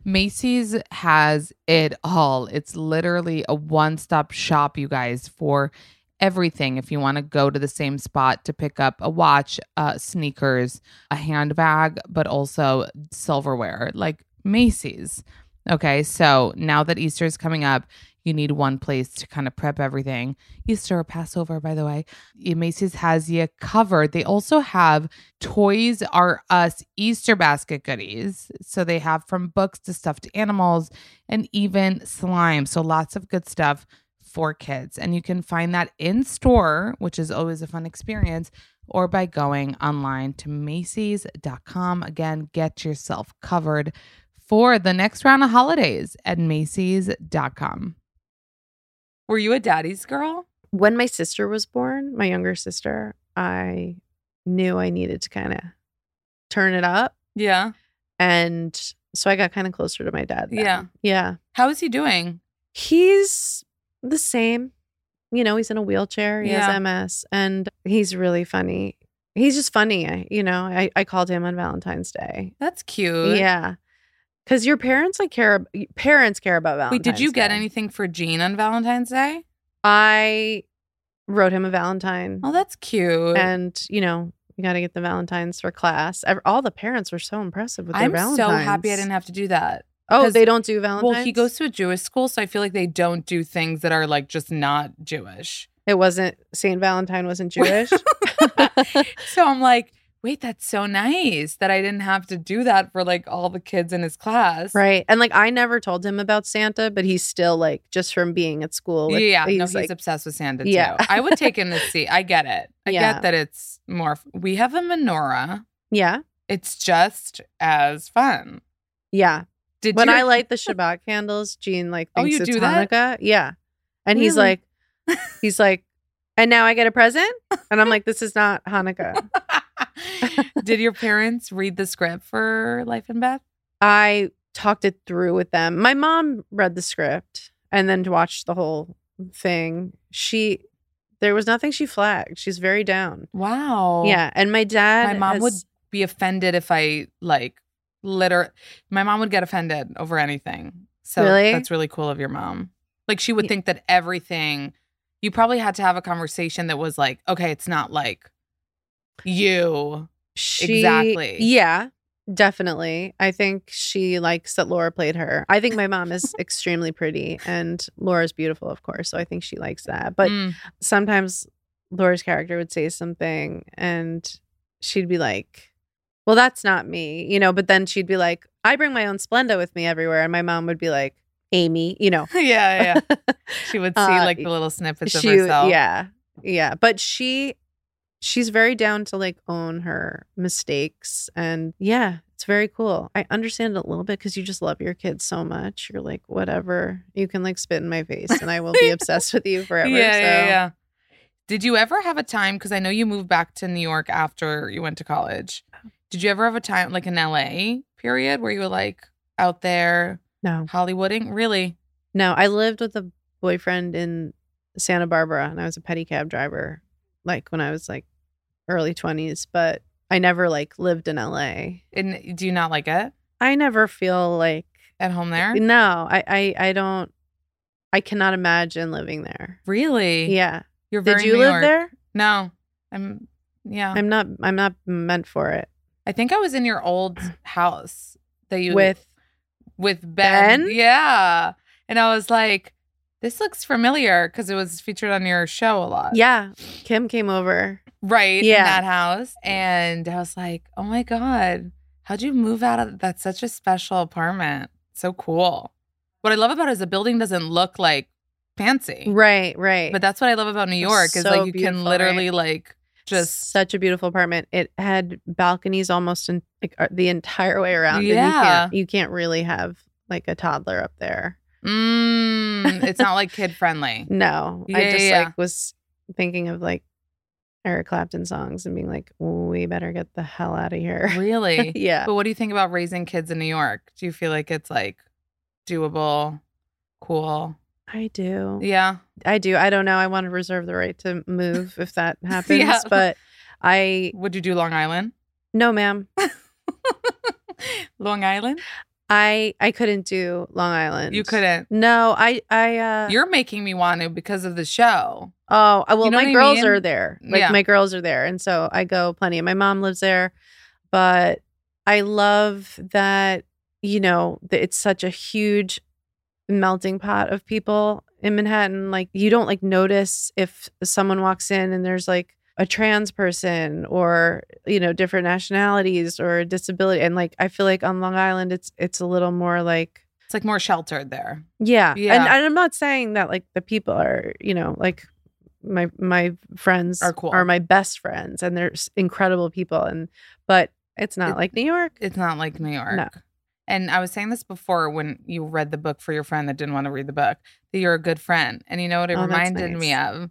Speaker 1: Macy's has it all. It's literally a one stop shop, you guys, for everything. If you want to go to the same spot to pick up a watch, uh, sneakers, a handbag, but also silverware, like Macy's. Okay, so now that Easter is coming up, you need one place to kind of prep everything. Easter or Passover, by the way. Y- Macy's has you covered. They also have Toys R Us Easter basket goodies. So they have from books to stuffed animals and even slime. So lots of good stuff for kids. And you can find that in store, which is always a fun experience or by going online to Macy's.com. Again, get yourself covered
Speaker 3: for the next round of holidays at Macy's.com. Were you a daddy's girl?
Speaker 2: When my sister was born, my younger sister, I knew I needed to kind of turn it up.
Speaker 1: Yeah.
Speaker 2: And so I got kind of closer to my dad. then.
Speaker 1: Yeah.
Speaker 2: Yeah.
Speaker 1: How is he doing?
Speaker 2: He's the same. You know, he's in a wheelchair. He
Speaker 1: Yeah.
Speaker 2: has MS and he's really funny. He's just funny. I- You know, I, I called him on Valentine's Day.
Speaker 1: That's cute.
Speaker 2: Yeah. Cause your parents like care ab- parents care about
Speaker 1: Wait,
Speaker 2: Valentine's.
Speaker 1: did you get
Speaker 2: Day.
Speaker 1: anything for Gene on Valentine's Day?
Speaker 2: I wrote him a Valentine.
Speaker 1: Oh, that's cute.
Speaker 2: and you know, you gotta get the Valentines for class. Ev- All the parents were so impressive with
Speaker 1: I'm
Speaker 2: their Valentines.
Speaker 1: so happy I didn't have to do that.
Speaker 2: Oh,
Speaker 1: 'cause-
Speaker 2: they don't do Valentines.
Speaker 1: Well, he goes to a Jewish school, so I feel like they don't do things that are like just not Jewish.
Speaker 2: It wasn't Saint Valentine wasn't Jewish.
Speaker 1: so I'm like, wait, that's so nice that I didn't have to do that for like all the kids in his class.
Speaker 2: Right. And like I never told him about Santa, but he's still like just from being at school. With,
Speaker 1: yeah,
Speaker 2: he's
Speaker 1: no, he's
Speaker 2: like,
Speaker 1: obsessed with Santa too.
Speaker 2: Yeah.
Speaker 1: I would take him to see. I get it. I
Speaker 2: Yeah.
Speaker 1: get that it's more. f- We have a menorah.
Speaker 2: yeah,
Speaker 1: It's just as fun.
Speaker 2: yeah.
Speaker 1: Did
Speaker 2: when
Speaker 1: you-
Speaker 2: I light the Shabbat candles, Gene like
Speaker 1: Oh,
Speaker 2: thinks
Speaker 1: you
Speaker 2: it's
Speaker 1: do
Speaker 2: Hanukkah.
Speaker 1: that?
Speaker 2: Yeah, and he's
Speaker 1: Really?
Speaker 2: like, he's like, and now I get a present, and I'm like, this is not Hanukkah.
Speaker 1: Did your parents read the script for Life and Beth?
Speaker 2: I talked it through with them. My mom read the script and then watched the whole thing. She, there was nothing she flagged. She's very down.
Speaker 1: Wow.
Speaker 2: Yeah, and my dad,
Speaker 1: Oh. My mom
Speaker 2: has-
Speaker 1: would be offended if I like liter my mom would get offended over anything. So
Speaker 2: Really?
Speaker 1: that's really cool of your mom. Like she would
Speaker 2: Yeah.
Speaker 1: think that everything you probably had to have a conversation that was like, okay, it's not like you.
Speaker 2: She,
Speaker 1: Exactly.
Speaker 2: Yeah, definitely. I think she likes that Laura played her. I think my mom is extremely pretty and Laura's beautiful, of course. So I think she likes that. But
Speaker 1: Mm.
Speaker 2: sometimes Laura's character would say something and she'd be like, well, that's not me, you know, but then she'd be like, I bring my own Splenda with me everywhere. And my mom would be like, Amy, you know,
Speaker 1: yeah, yeah. She would see
Speaker 2: Uh,
Speaker 1: like the little snippets of
Speaker 2: she,
Speaker 1: herself.
Speaker 2: yeah, yeah. But she, she's very down to like own her mistakes, and yeah, it's very cool. I understand it a little bit because you just love your kids so much. You're like, whatever, you can like spit in my face, and I will be obsessed with you forever.
Speaker 1: Yeah,
Speaker 2: so.
Speaker 1: yeah, yeah. Did you ever have a time? Because I know you moved back to New York after you went to college. Did you ever have a time, like an LA period, where you were like out there
Speaker 2: No,
Speaker 1: Hollywooding? Really?
Speaker 2: no. I lived with a boyfriend in Santa Barbara, and I was a pedicab driver, like when I was like early twenties, but. I never like lived in LA.
Speaker 1: And do you not like it
Speaker 2: I never feel like
Speaker 1: at home there?
Speaker 2: No, I, I I don't. I cannot imagine living there.
Speaker 1: Really?
Speaker 2: Yeah.
Speaker 1: You're very
Speaker 2: Did you
Speaker 1: New
Speaker 2: live
Speaker 1: York.
Speaker 2: there?
Speaker 1: No. I'm. Yeah. i
Speaker 2: I'm not. I'm not meant for it.
Speaker 1: think I was in your old house that you
Speaker 2: With
Speaker 1: with ben,
Speaker 2: Ben?
Speaker 1: Yeah. And I was like, this looks familiar because it was featured on your show a lot.
Speaker 2: yeah, Kim came over.
Speaker 1: right
Speaker 2: Yeah.
Speaker 1: in that house and i was like oh my god how'd you move out of that's such a special apartment so cool what i love about it is the building doesn't look like fancy
Speaker 2: Right, right.
Speaker 1: but that's what i love about new york is
Speaker 2: so
Speaker 1: like you
Speaker 2: beautiful,
Speaker 1: can literally like just
Speaker 2: such a beautiful apartment. It had balconies almost in, like uh, the entire way around. and you
Speaker 1: Yeah.
Speaker 2: can't you can't really have like a toddler up there.
Speaker 1: mm, it's not like kid friendly
Speaker 2: No, I
Speaker 1: Yeah,
Speaker 2: just
Speaker 1: yeah, yeah.
Speaker 2: like was thinking of like Eric Clapton songs and being like, we better get the hell out of here.
Speaker 1: really
Speaker 2: yeah.
Speaker 1: but what do you think about raising kids in new york do you feel like it's like doable cool
Speaker 2: I do.
Speaker 1: yeah
Speaker 2: I do. I don't know. I want to reserve the right to move if that happens.
Speaker 1: Yeah.
Speaker 2: But I
Speaker 1: would you do long island
Speaker 2: no, ma'am.
Speaker 1: long island
Speaker 2: I I couldn't do Long Island.
Speaker 1: you couldn't
Speaker 2: No, I I uh
Speaker 1: You're making me want to because of the show.
Speaker 2: oh I- well
Speaker 1: you know what
Speaker 2: my
Speaker 1: I
Speaker 2: girls
Speaker 1: mean?
Speaker 2: are there. Like
Speaker 1: Yeah.
Speaker 2: my girls are there. And so I go plenty. My mom lives there. But I love that, you know, that it's such a huge melting pot of people in Manhattan. Like you don't like notice if someone walks in and there's like a trans person or you know different nationalities or a disability and like I feel like on Long Island it's it's a little more like
Speaker 1: It's like more sheltered there.
Speaker 2: yeah. And,
Speaker 1: Yeah.
Speaker 2: and I'm not saying that like the people are, you know, like my my friends
Speaker 1: Are cool.
Speaker 2: my best friends and they're s- incredible people and but it's not
Speaker 1: It-
Speaker 2: like New York.
Speaker 1: It's not like New York.
Speaker 2: No.
Speaker 1: And I was saying this before when you read the book for your friend that didn't want to read the book, that you're a good friend. And you know what it
Speaker 2: Oh, that's
Speaker 1: reminded me of?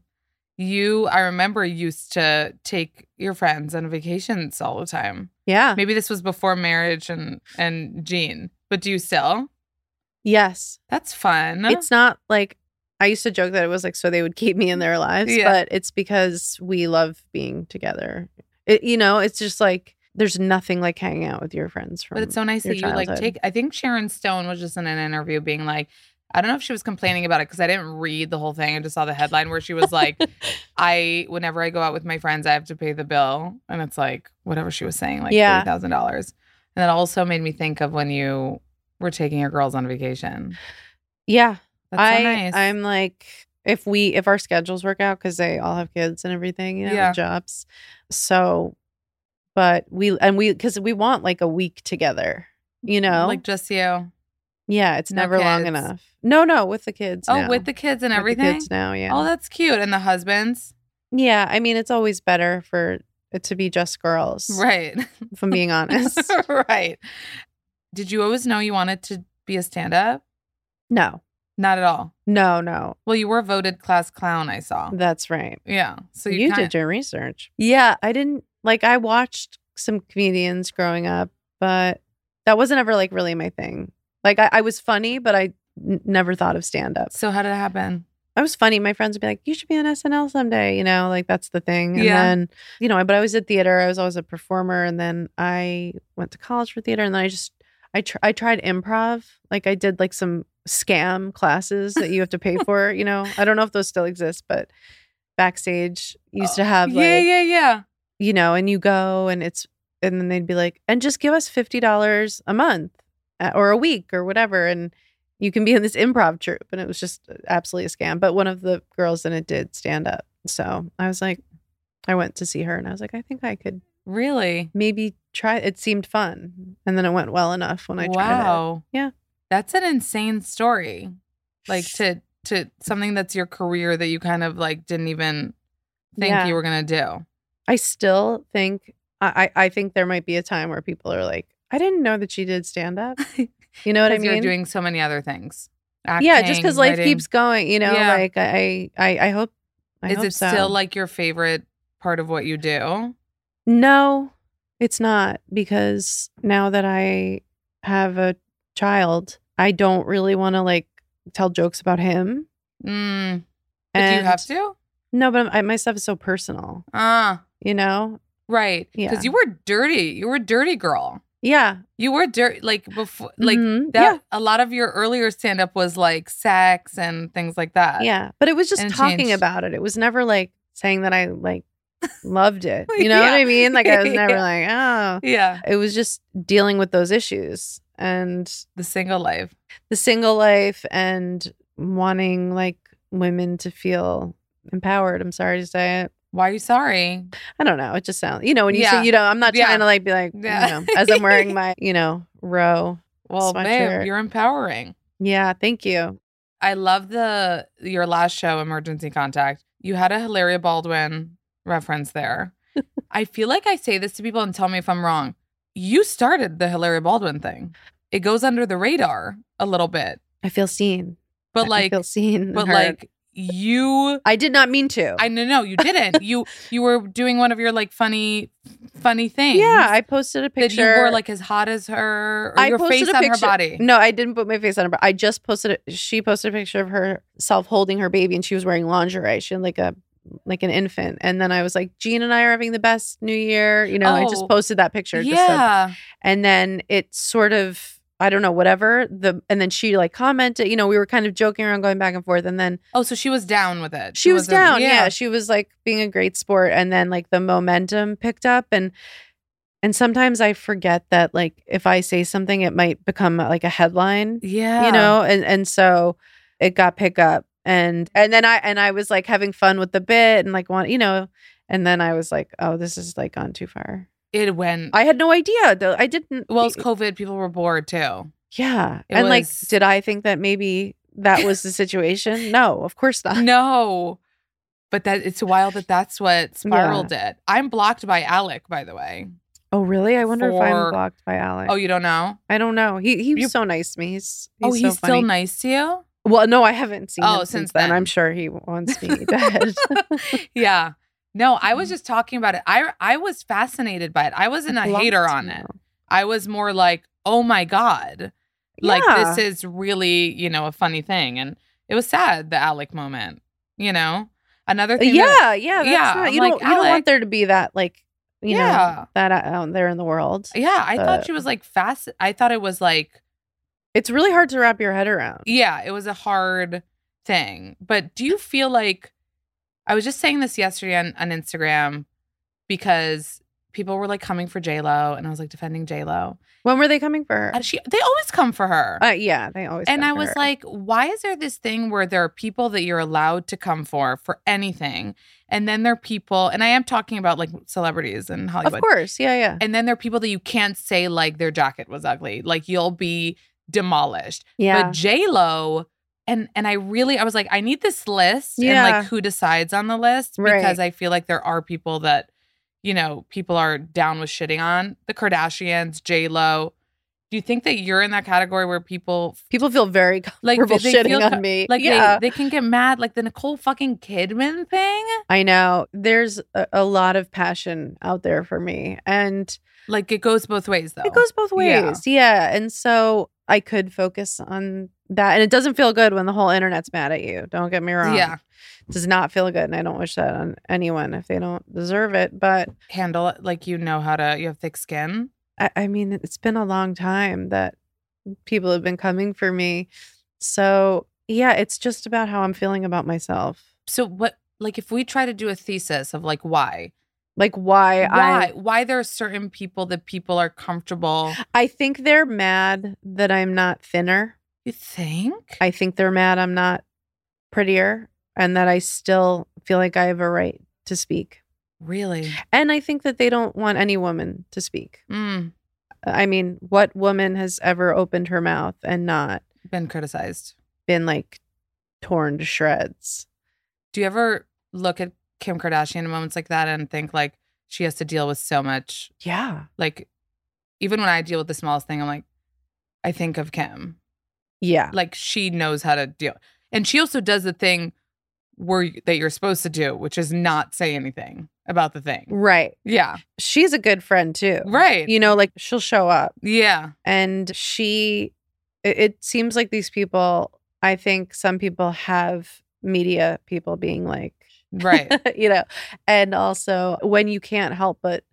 Speaker 1: You, I remember, used to take your friends on vacations all the time.
Speaker 2: Yeah.
Speaker 1: Maybe this was before marriage and and Jean, but do you still?
Speaker 2: Yes.
Speaker 1: That's fun.
Speaker 2: It's not like I used to joke that it was like so they would keep me in their lives,
Speaker 1: Yeah.
Speaker 2: but it's because we love being together. It, you know, it's just like there's nothing like hanging out with your friends from
Speaker 1: But it's so nice
Speaker 2: your
Speaker 1: that you like
Speaker 2: childhood.
Speaker 1: take. I think Sharon Stone was just in an interview being like, I don't know if she was complaining about it because I didn't read the whole thing. I just saw the headline where she was like, I whenever I go out with my friends, I have to pay the bill, and it's like whatever she was saying, like
Speaker 2: Yeah.
Speaker 1: thirty thousand dollars. And that also made me think of when you were taking your girls on vacation.
Speaker 2: Yeah.
Speaker 1: That's
Speaker 2: I
Speaker 1: so nice.
Speaker 2: I'm like if we if our schedules work out because they all have kids and everything, you know,
Speaker 1: Yeah.
Speaker 2: jobs. So, but we and we because we want like a week together, you know.
Speaker 1: like just you.
Speaker 2: yeah, it's
Speaker 1: no
Speaker 2: never long
Speaker 1: kids.
Speaker 2: enough. No, no, with the kids.
Speaker 1: Oh,
Speaker 2: now.
Speaker 1: with the kids and
Speaker 2: With
Speaker 1: everything.
Speaker 2: kids now, yeah.
Speaker 1: Oh, that's cute. And the husbands,
Speaker 2: Yeah, I mean, it's always better for it to be just girls,
Speaker 1: right?
Speaker 2: if I'm being honest.
Speaker 1: right. Did you always know you wanted to be a stand-up?
Speaker 2: no,
Speaker 1: Not at all.
Speaker 2: no, no.
Speaker 1: Well, you were voted class clown, I saw.
Speaker 2: That's right.
Speaker 1: Yeah. So
Speaker 2: you
Speaker 1: you, kinda-
Speaker 2: did your research. Yeah, I didn't like. I watched some comedians growing up, but that wasn't ever like really my thing. Like I, I was funny, but I n- never thought of stand up.
Speaker 1: So how did it happen?
Speaker 2: I was funny. My friends would be like, "You should be on SNL someday," you know, like that's the thing. And
Speaker 1: Yeah.
Speaker 2: then, you know, but I was at theater. I was always a performer, and then I went to college for theater, and then I just I tr- I tried improv. Like I did like some scam classes that you have to pay for. You know, I don't know if those still exist, but backstage used to have like
Speaker 1: Oh, yeah, yeah, yeah.
Speaker 2: you know, and you go and it's and then they'd be like, and just give us fifty dollars a month uh, or a week or whatever, and you can be in this improv troupe. And it was just uh, absolutely a scam. But one of the girls in it did stand up, so I was like, I went to see her, and I was like, I think I could
Speaker 1: Really?
Speaker 2: maybe try. It seemed fun, and then it went well enough when I tried it.
Speaker 1: wow.
Speaker 2: Yeah.
Speaker 1: That's an insane story. Like to to something that's your career that you kind of like didn't even think
Speaker 2: Yeah.
Speaker 1: you were gonna do.
Speaker 2: I still think I I I think there might be a time where people are like, I didn't know that she did stand up. You know what I
Speaker 1: 'Cause
Speaker 2: mean?
Speaker 1: You're doing so many other things.
Speaker 2: yeah just because
Speaker 1: Acting,
Speaker 2: life
Speaker 1: writing.
Speaker 2: keeps going you know
Speaker 1: Yeah.
Speaker 2: like i i i hope I
Speaker 1: Is
Speaker 2: hope
Speaker 1: it
Speaker 2: so.
Speaker 1: still like your favorite part of what you do?
Speaker 2: no it's not because now that i have a child i don't really want to like tell jokes about him
Speaker 1: Mm. But do you have to?
Speaker 2: no but I, my stuff is so personal
Speaker 1: Ah,
Speaker 2: you know
Speaker 1: right.
Speaker 2: Yeah.
Speaker 1: Because you were dirty. You were a dirty girl.
Speaker 2: yeah
Speaker 1: You were dirty like before like
Speaker 2: mhm,
Speaker 1: that a lot of your earlier stand up was like sex and things like that.
Speaker 2: yeah yeah but it was just
Speaker 1: and it
Speaker 2: talking
Speaker 1: changed.
Speaker 2: about it it was never like saying that i like loved it you know what
Speaker 1: Yeah.
Speaker 2: i mean like i was never
Speaker 1: Yeah.
Speaker 2: like oh
Speaker 1: Yeah.
Speaker 2: it was just dealing with those issues and
Speaker 1: The single life.
Speaker 2: the single life and wanting like women to feel empowered. I'm sorry to say it.
Speaker 1: Why are you sorry?
Speaker 2: I don't know. It just sounds, you know, when you
Speaker 1: Yeah.
Speaker 2: say, you know, I'm not
Speaker 1: Yeah.
Speaker 2: trying to like be like,
Speaker 1: Yeah.
Speaker 2: you know, as I'm wearing my, you know, row.
Speaker 1: Well,
Speaker 2: Sweatshirt.
Speaker 1: babe, you're empowering.
Speaker 2: Yeah. Thank you.
Speaker 1: I love the your last show, Emergency Contact. You had a Hilaria Baldwin reference there. I feel like I say this to people and tell me if I'm wrong. You started the Hilaria Baldwin thing. It goes under the radar a little bit,
Speaker 2: I feel seen.
Speaker 1: but
Speaker 2: I
Speaker 1: like,
Speaker 2: feel seen. and
Speaker 1: but
Speaker 2: heard.
Speaker 1: like you
Speaker 2: I did not mean to.
Speaker 1: I no no you didn't. you you were doing one of your like funny funny things.
Speaker 2: yeah. I posted a
Speaker 1: that
Speaker 2: picture.
Speaker 1: you were like as hot as her or
Speaker 2: I
Speaker 1: your
Speaker 2: posted
Speaker 1: face
Speaker 2: a
Speaker 1: on her
Speaker 2: picture-
Speaker 1: body.
Speaker 2: No, I didn't put my face on her. But I just posted. A, she posted a picture of herself holding her baby, and she was wearing lingerie. She had like a like an infant. And then I was like, Jean and I are having the best New Year. You know, I
Speaker 1: Oh.
Speaker 2: just posted that picture. just said-
Speaker 1: yeah.
Speaker 2: and then it sort of. I don't know, whatever. The and then she like commented, you know, we were kind of joking around going back and forth. And then
Speaker 1: Oh, so she was down with it.
Speaker 2: she was
Speaker 1: wasn't-
Speaker 2: down. Yeah. she was like being a great sport, and then like the momentum picked up, and and sometimes I forget that like if I say something, it might become like a headline,
Speaker 1: Yeah.
Speaker 2: you know, and and so it got pick up, and and then I and I was like having fun with the bit, and like want you know, and then I was like, oh, this is like gone too far.
Speaker 1: It went
Speaker 2: I had no idea though. I didn't. e,
Speaker 1: well, it's COVID, people were bored too.
Speaker 2: yeah,
Speaker 1: it
Speaker 2: and like,
Speaker 1: was-
Speaker 2: did I think that maybe that was the situation? No, of course not.
Speaker 1: No. But that it's wild that that's what Spiral did. I'm blocked by Alec, by the way.
Speaker 2: Oh, really? I wonder if
Speaker 1: For-
Speaker 2: I'm blocked by Alec.
Speaker 1: Oh, you don't know?
Speaker 2: I don't know. He he was
Speaker 1: You-
Speaker 2: so nice to me. He's, he's
Speaker 1: Oh,
Speaker 2: so
Speaker 1: he's
Speaker 2: funny.
Speaker 1: still nice to you?
Speaker 2: Well, no, I haven't seen
Speaker 1: Oh,
Speaker 2: him since
Speaker 1: since
Speaker 2: then.
Speaker 1: then.
Speaker 2: I'm sure he wants me dead.
Speaker 1: yeah. No, I
Speaker 2: Mm-hmm.
Speaker 1: was just talking about it. I I was fascinated by it. I wasn't a hater
Speaker 2: Blocked
Speaker 1: on
Speaker 2: me,
Speaker 1: it. I was more like, "Oh my god." Like
Speaker 2: Yeah.
Speaker 1: this is really, you know, a funny thing and it was sad the Alec moment, you know? Another
Speaker 2: though.
Speaker 1: thing that-
Speaker 2: Uh, Yeah, yeah, that's
Speaker 1: yeah,
Speaker 2: Not,
Speaker 1: I'm
Speaker 2: you
Speaker 1: like,
Speaker 2: don't you don't
Speaker 1: Alec-
Speaker 2: want there to be that like you
Speaker 1: Yeah.
Speaker 2: know that out- out there in the world.
Speaker 1: yeah, I thought
Speaker 2: But-
Speaker 1: she was like fast I thought it was like
Speaker 2: It's really hard to wrap your head around.
Speaker 1: yeah, it was a hard thing. But do you feel like I was just saying this yesterday on, on Instagram because people were like coming for J Lo and I was like defending J Lo.
Speaker 2: When were they coming for her?
Speaker 1: And she they always come for her.
Speaker 2: Uh, yeah, they always.
Speaker 1: and
Speaker 2: come
Speaker 1: I
Speaker 2: for
Speaker 1: was
Speaker 2: her.
Speaker 1: like, why is there this thing where there are people that you're allowed to come for for anything? And then there are people, and I am talking about like celebrities and
Speaker 2: of
Speaker 1: Hollywood.
Speaker 2: course, yeah, yeah,
Speaker 1: And then there are people that you can't say like their jacket was ugly. Like you'll be demolished.
Speaker 2: yeah.
Speaker 1: But J Lo, and and I really I was like, I need this list and
Speaker 2: Yeah.
Speaker 1: like who decides on the list
Speaker 2: Right.
Speaker 1: because I feel like there are people that you know people are down with shitting on the Kardashians, J Lo. Do you think that you're in that category where people
Speaker 2: People feel very
Speaker 1: like
Speaker 2: comfortable
Speaker 1: they
Speaker 2: shitting
Speaker 1: feel
Speaker 2: on
Speaker 1: co-
Speaker 2: me.
Speaker 1: like
Speaker 2: yeah,
Speaker 1: they, they can get mad like the Nicole fucking Kidman thing?
Speaker 2: I know. There's a, a lot of passion out there for me, and
Speaker 1: Like it goes both ways though.
Speaker 2: It goes both
Speaker 1: Yeah.
Speaker 2: ways. Yeah. And so I could focus on that. And it doesn't feel good when the whole internet's mad at you. Don't get me wrong.
Speaker 1: Yeah.
Speaker 2: does not feel good. And I don't wish that on anyone if they don't deserve it. But
Speaker 1: handle it like you know how to you have thick skin.
Speaker 2: I, I mean, it's been a long time that people have been coming for me. So yeah, it's just about how I'm feeling about myself.
Speaker 1: So what like if we try to do a thesis of like why
Speaker 2: Like why,
Speaker 1: why
Speaker 2: I
Speaker 1: why there are certain people that people are comfortable
Speaker 2: I think they're mad that I'm not thinner.
Speaker 1: you think
Speaker 2: I think they're mad I'm not prettier and that I still feel like I have a right to speak.
Speaker 1: really
Speaker 2: And I think that they don't want any woman to speak.
Speaker 1: mm,
Speaker 2: I mean, what woman has ever opened her mouth and not
Speaker 1: been criticized
Speaker 2: been like torn to shreds?
Speaker 1: do you ever look at kim kardashian in moments like that and think like she has to deal with so much
Speaker 2: Yeah.
Speaker 1: like even when i deal with the smallest thing i'm like i think of kim
Speaker 2: Yeah.
Speaker 1: like she knows how to deal and she also does the thing where you- that you're supposed to do which is not say anything about the thing
Speaker 2: Right.
Speaker 1: yeah
Speaker 2: She's a good friend too.
Speaker 1: right
Speaker 2: You know, like she'll show up
Speaker 1: yeah
Speaker 2: and she, it, it seems like these people, I think some people have media people being like,
Speaker 1: right
Speaker 2: you know and also when you can't help but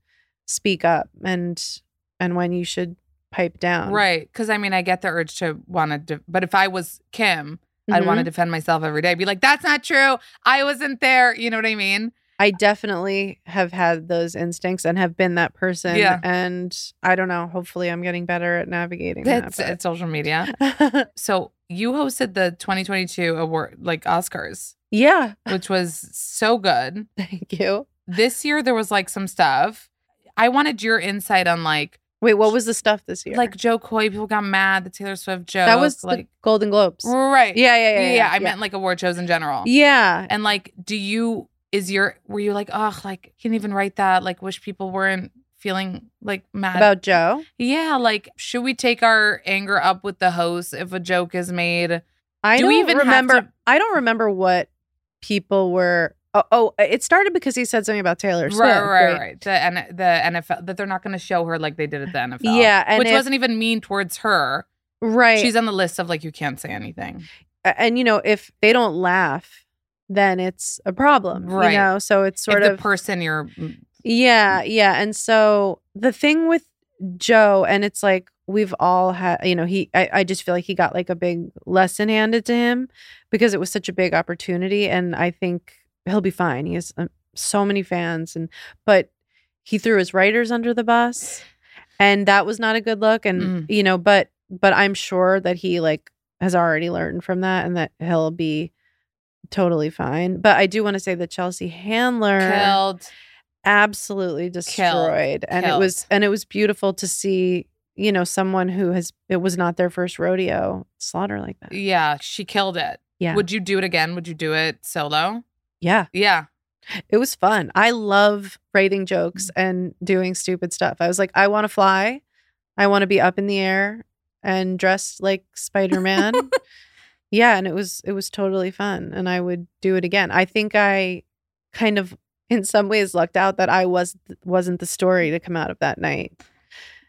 Speaker 2: speak up and and when you should pipe down
Speaker 1: right because i mean i get the urge to want to de- but if i was kim i'd want to
Speaker 2: Mhm.
Speaker 1: defend myself every day be like that's not true i wasn't there you know what i mean
Speaker 2: i definitely have had those instincts and have been that person
Speaker 1: Yeah.
Speaker 2: and i don't know hopefully i'm getting better at navigating
Speaker 1: that's
Speaker 2: that,
Speaker 1: at social media
Speaker 2: but-
Speaker 1: so you hosted the 2022 award like oscars
Speaker 2: yeah
Speaker 1: which was so good
Speaker 2: thank you
Speaker 1: this year there was like some stuff i wanted your insight on like
Speaker 2: wait what was the stuff this year
Speaker 1: like joe coy people got mad the taylor swift joke
Speaker 2: that was like
Speaker 1: like
Speaker 2: golden globes
Speaker 1: right
Speaker 2: yeah yeah yeah
Speaker 1: yeah,
Speaker 2: yeah,
Speaker 1: i meant like award shows in general
Speaker 2: yeah
Speaker 1: And like, do you is your were you like, oh, like can't even write that? Like, wish people weren't feeling like mad
Speaker 2: about joe
Speaker 1: Yeah, like, should we take our anger up with the host if a joke is made?
Speaker 2: I
Speaker 1: Do
Speaker 2: don't
Speaker 1: we even have
Speaker 2: remember.
Speaker 1: to-
Speaker 2: I don't remember what people were. Oh, oh, it started because he said something about Taylor Swift.
Speaker 1: right, right, right. The N- the NFL that they're not going to show her like they did at the NFL.
Speaker 2: Yeah, and
Speaker 1: which
Speaker 2: it-
Speaker 1: wasn't even mean towards her.
Speaker 2: right.
Speaker 1: She's on the list of like you can't say anything.
Speaker 2: A- and you know, if they don't laugh, then it's a problem.
Speaker 1: Right.
Speaker 2: You know, so it's sort
Speaker 1: if
Speaker 2: of
Speaker 1: the person you're
Speaker 2: yeah, yeah. And so the thing with Joe, and it's like we've all had. You know, he. I, I just feel like he got like a big lesson handed to him because it was such a big opportunity, and I think he'll be fine. He has um, so many fans, and but he threw his writers under the bus and that was not a good look and
Speaker 1: Mm.
Speaker 2: you know but but i'm sure that he like has already learned from that and that he'll be totally fine but i do want to say that chelsea handler
Speaker 1: killed.
Speaker 2: absolutely destroyed and it was
Speaker 1: Killed.
Speaker 2: and it was beautiful to see you know someone who has it was not their first rodeo slaughter like that
Speaker 1: Yeah, she killed it.
Speaker 2: yeah
Speaker 1: Would you do it again? Would you do it solo?
Speaker 2: yeah
Speaker 1: Yeah.
Speaker 2: It was fun. I love writing jokes
Speaker 1: Mm.
Speaker 2: and doing stupid stuff. I was like, I want to fly. I want to be up in the air and dressed like Spider Man. yeah, and it was it was totally fun, and I would do it again. I think I kind of, in some ways, lucked out that I was wasn't the story to come out of that night.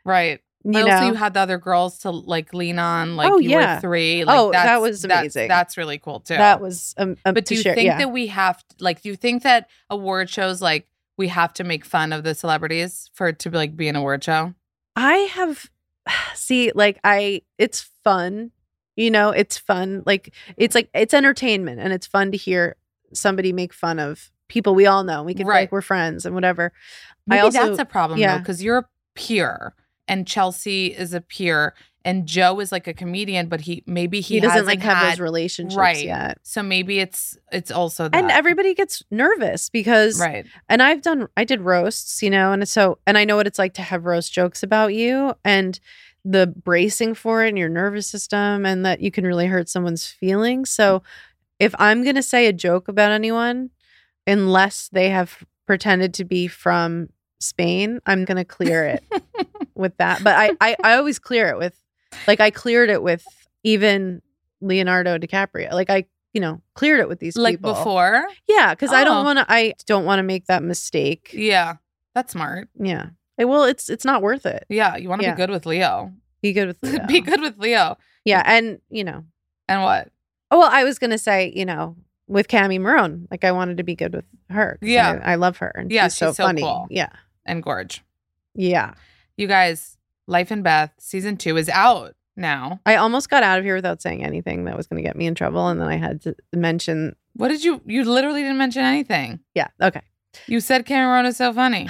Speaker 1: Right.
Speaker 2: You
Speaker 1: but
Speaker 2: know,
Speaker 1: also you had the other girls to like lean on, like
Speaker 2: Oh,
Speaker 1: you
Speaker 2: yeah.
Speaker 1: were three. Like,
Speaker 2: Oh, that
Speaker 1: that's,
Speaker 2: was
Speaker 1: that's-
Speaker 2: amazing.
Speaker 1: That's, really cool too.
Speaker 2: that was um, um,
Speaker 1: but
Speaker 2: to
Speaker 1: do you
Speaker 2: share-
Speaker 1: think
Speaker 2: yeah.
Speaker 1: that we have to, like do you think that award shows like we have to make fun of the celebrities for it to be like be an award show?
Speaker 2: I have see like I it's fun. You know, it's fun. Like it's like it's entertainment and it's fun to hear somebody make fun of people we all know. We can
Speaker 1: Right.
Speaker 2: like we're friends and whatever. I
Speaker 1: Maybe
Speaker 2: also-
Speaker 1: that's a problem though,
Speaker 2: yeah.
Speaker 1: because you're a peer and Chelsea is a peer and Joe is like a comedian, but he maybe
Speaker 2: He,
Speaker 1: he,
Speaker 2: doesn't
Speaker 1: hasn't
Speaker 2: like have
Speaker 1: had,
Speaker 2: those relationships
Speaker 1: right.
Speaker 2: yet.
Speaker 1: So maybe it's it's also that
Speaker 2: And everybody gets nervous because
Speaker 1: right.
Speaker 2: and I've done I did roasts, you know, and so and I know what it's like to have roast jokes about you and the bracing for it in your nervous system and that you can really hurt someone's feelings. So if I'm going to say a joke about anyone unless they have pretended to be from Spain, I'm going to clear it with that. But I, I I always clear it with like I cleared it with even Leonardo DiCaprio. Like I, you know, cleared it with these
Speaker 1: Like
Speaker 2: people.
Speaker 1: before.
Speaker 2: Yeah, because I
Speaker 1: Oh.
Speaker 2: don't want to. I don't want to make that mistake.
Speaker 1: Yeah. That's smart.
Speaker 2: Yeah. I- Well, it's it's not worth it.
Speaker 1: Yeah. You want to
Speaker 2: Yeah.
Speaker 1: be good with Leo.
Speaker 2: Be good with Leo.
Speaker 1: be good with Leo.
Speaker 2: Yeah, and you know.
Speaker 1: And what?
Speaker 2: Oh well, I was gonna say you know with Cami Marone, like I wanted to be good with her. 'cause
Speaker 1: Yeah.
Speaker 2: I, I love her. And
Speaker 1: Yeah,
Speaker 2: she's, so
Speaker 1: she's so
Speaker 2: funny.
Speaker 1: cool.
Speaker 2: Yeah,
Speaker 1: And Gorge.
Speaker 2: yeah.
Speaker 1: You guys, Life and Beth season two is out now.
Speaker 2: I almost got out of here without saying anything that was gonna get me in trouble, and then I had to mention.
Speaker 1: What did you? You literally didn't mention anything.
Speaker 2: Yeah. Okay.
Speaker 1: You said Cameron is so funny.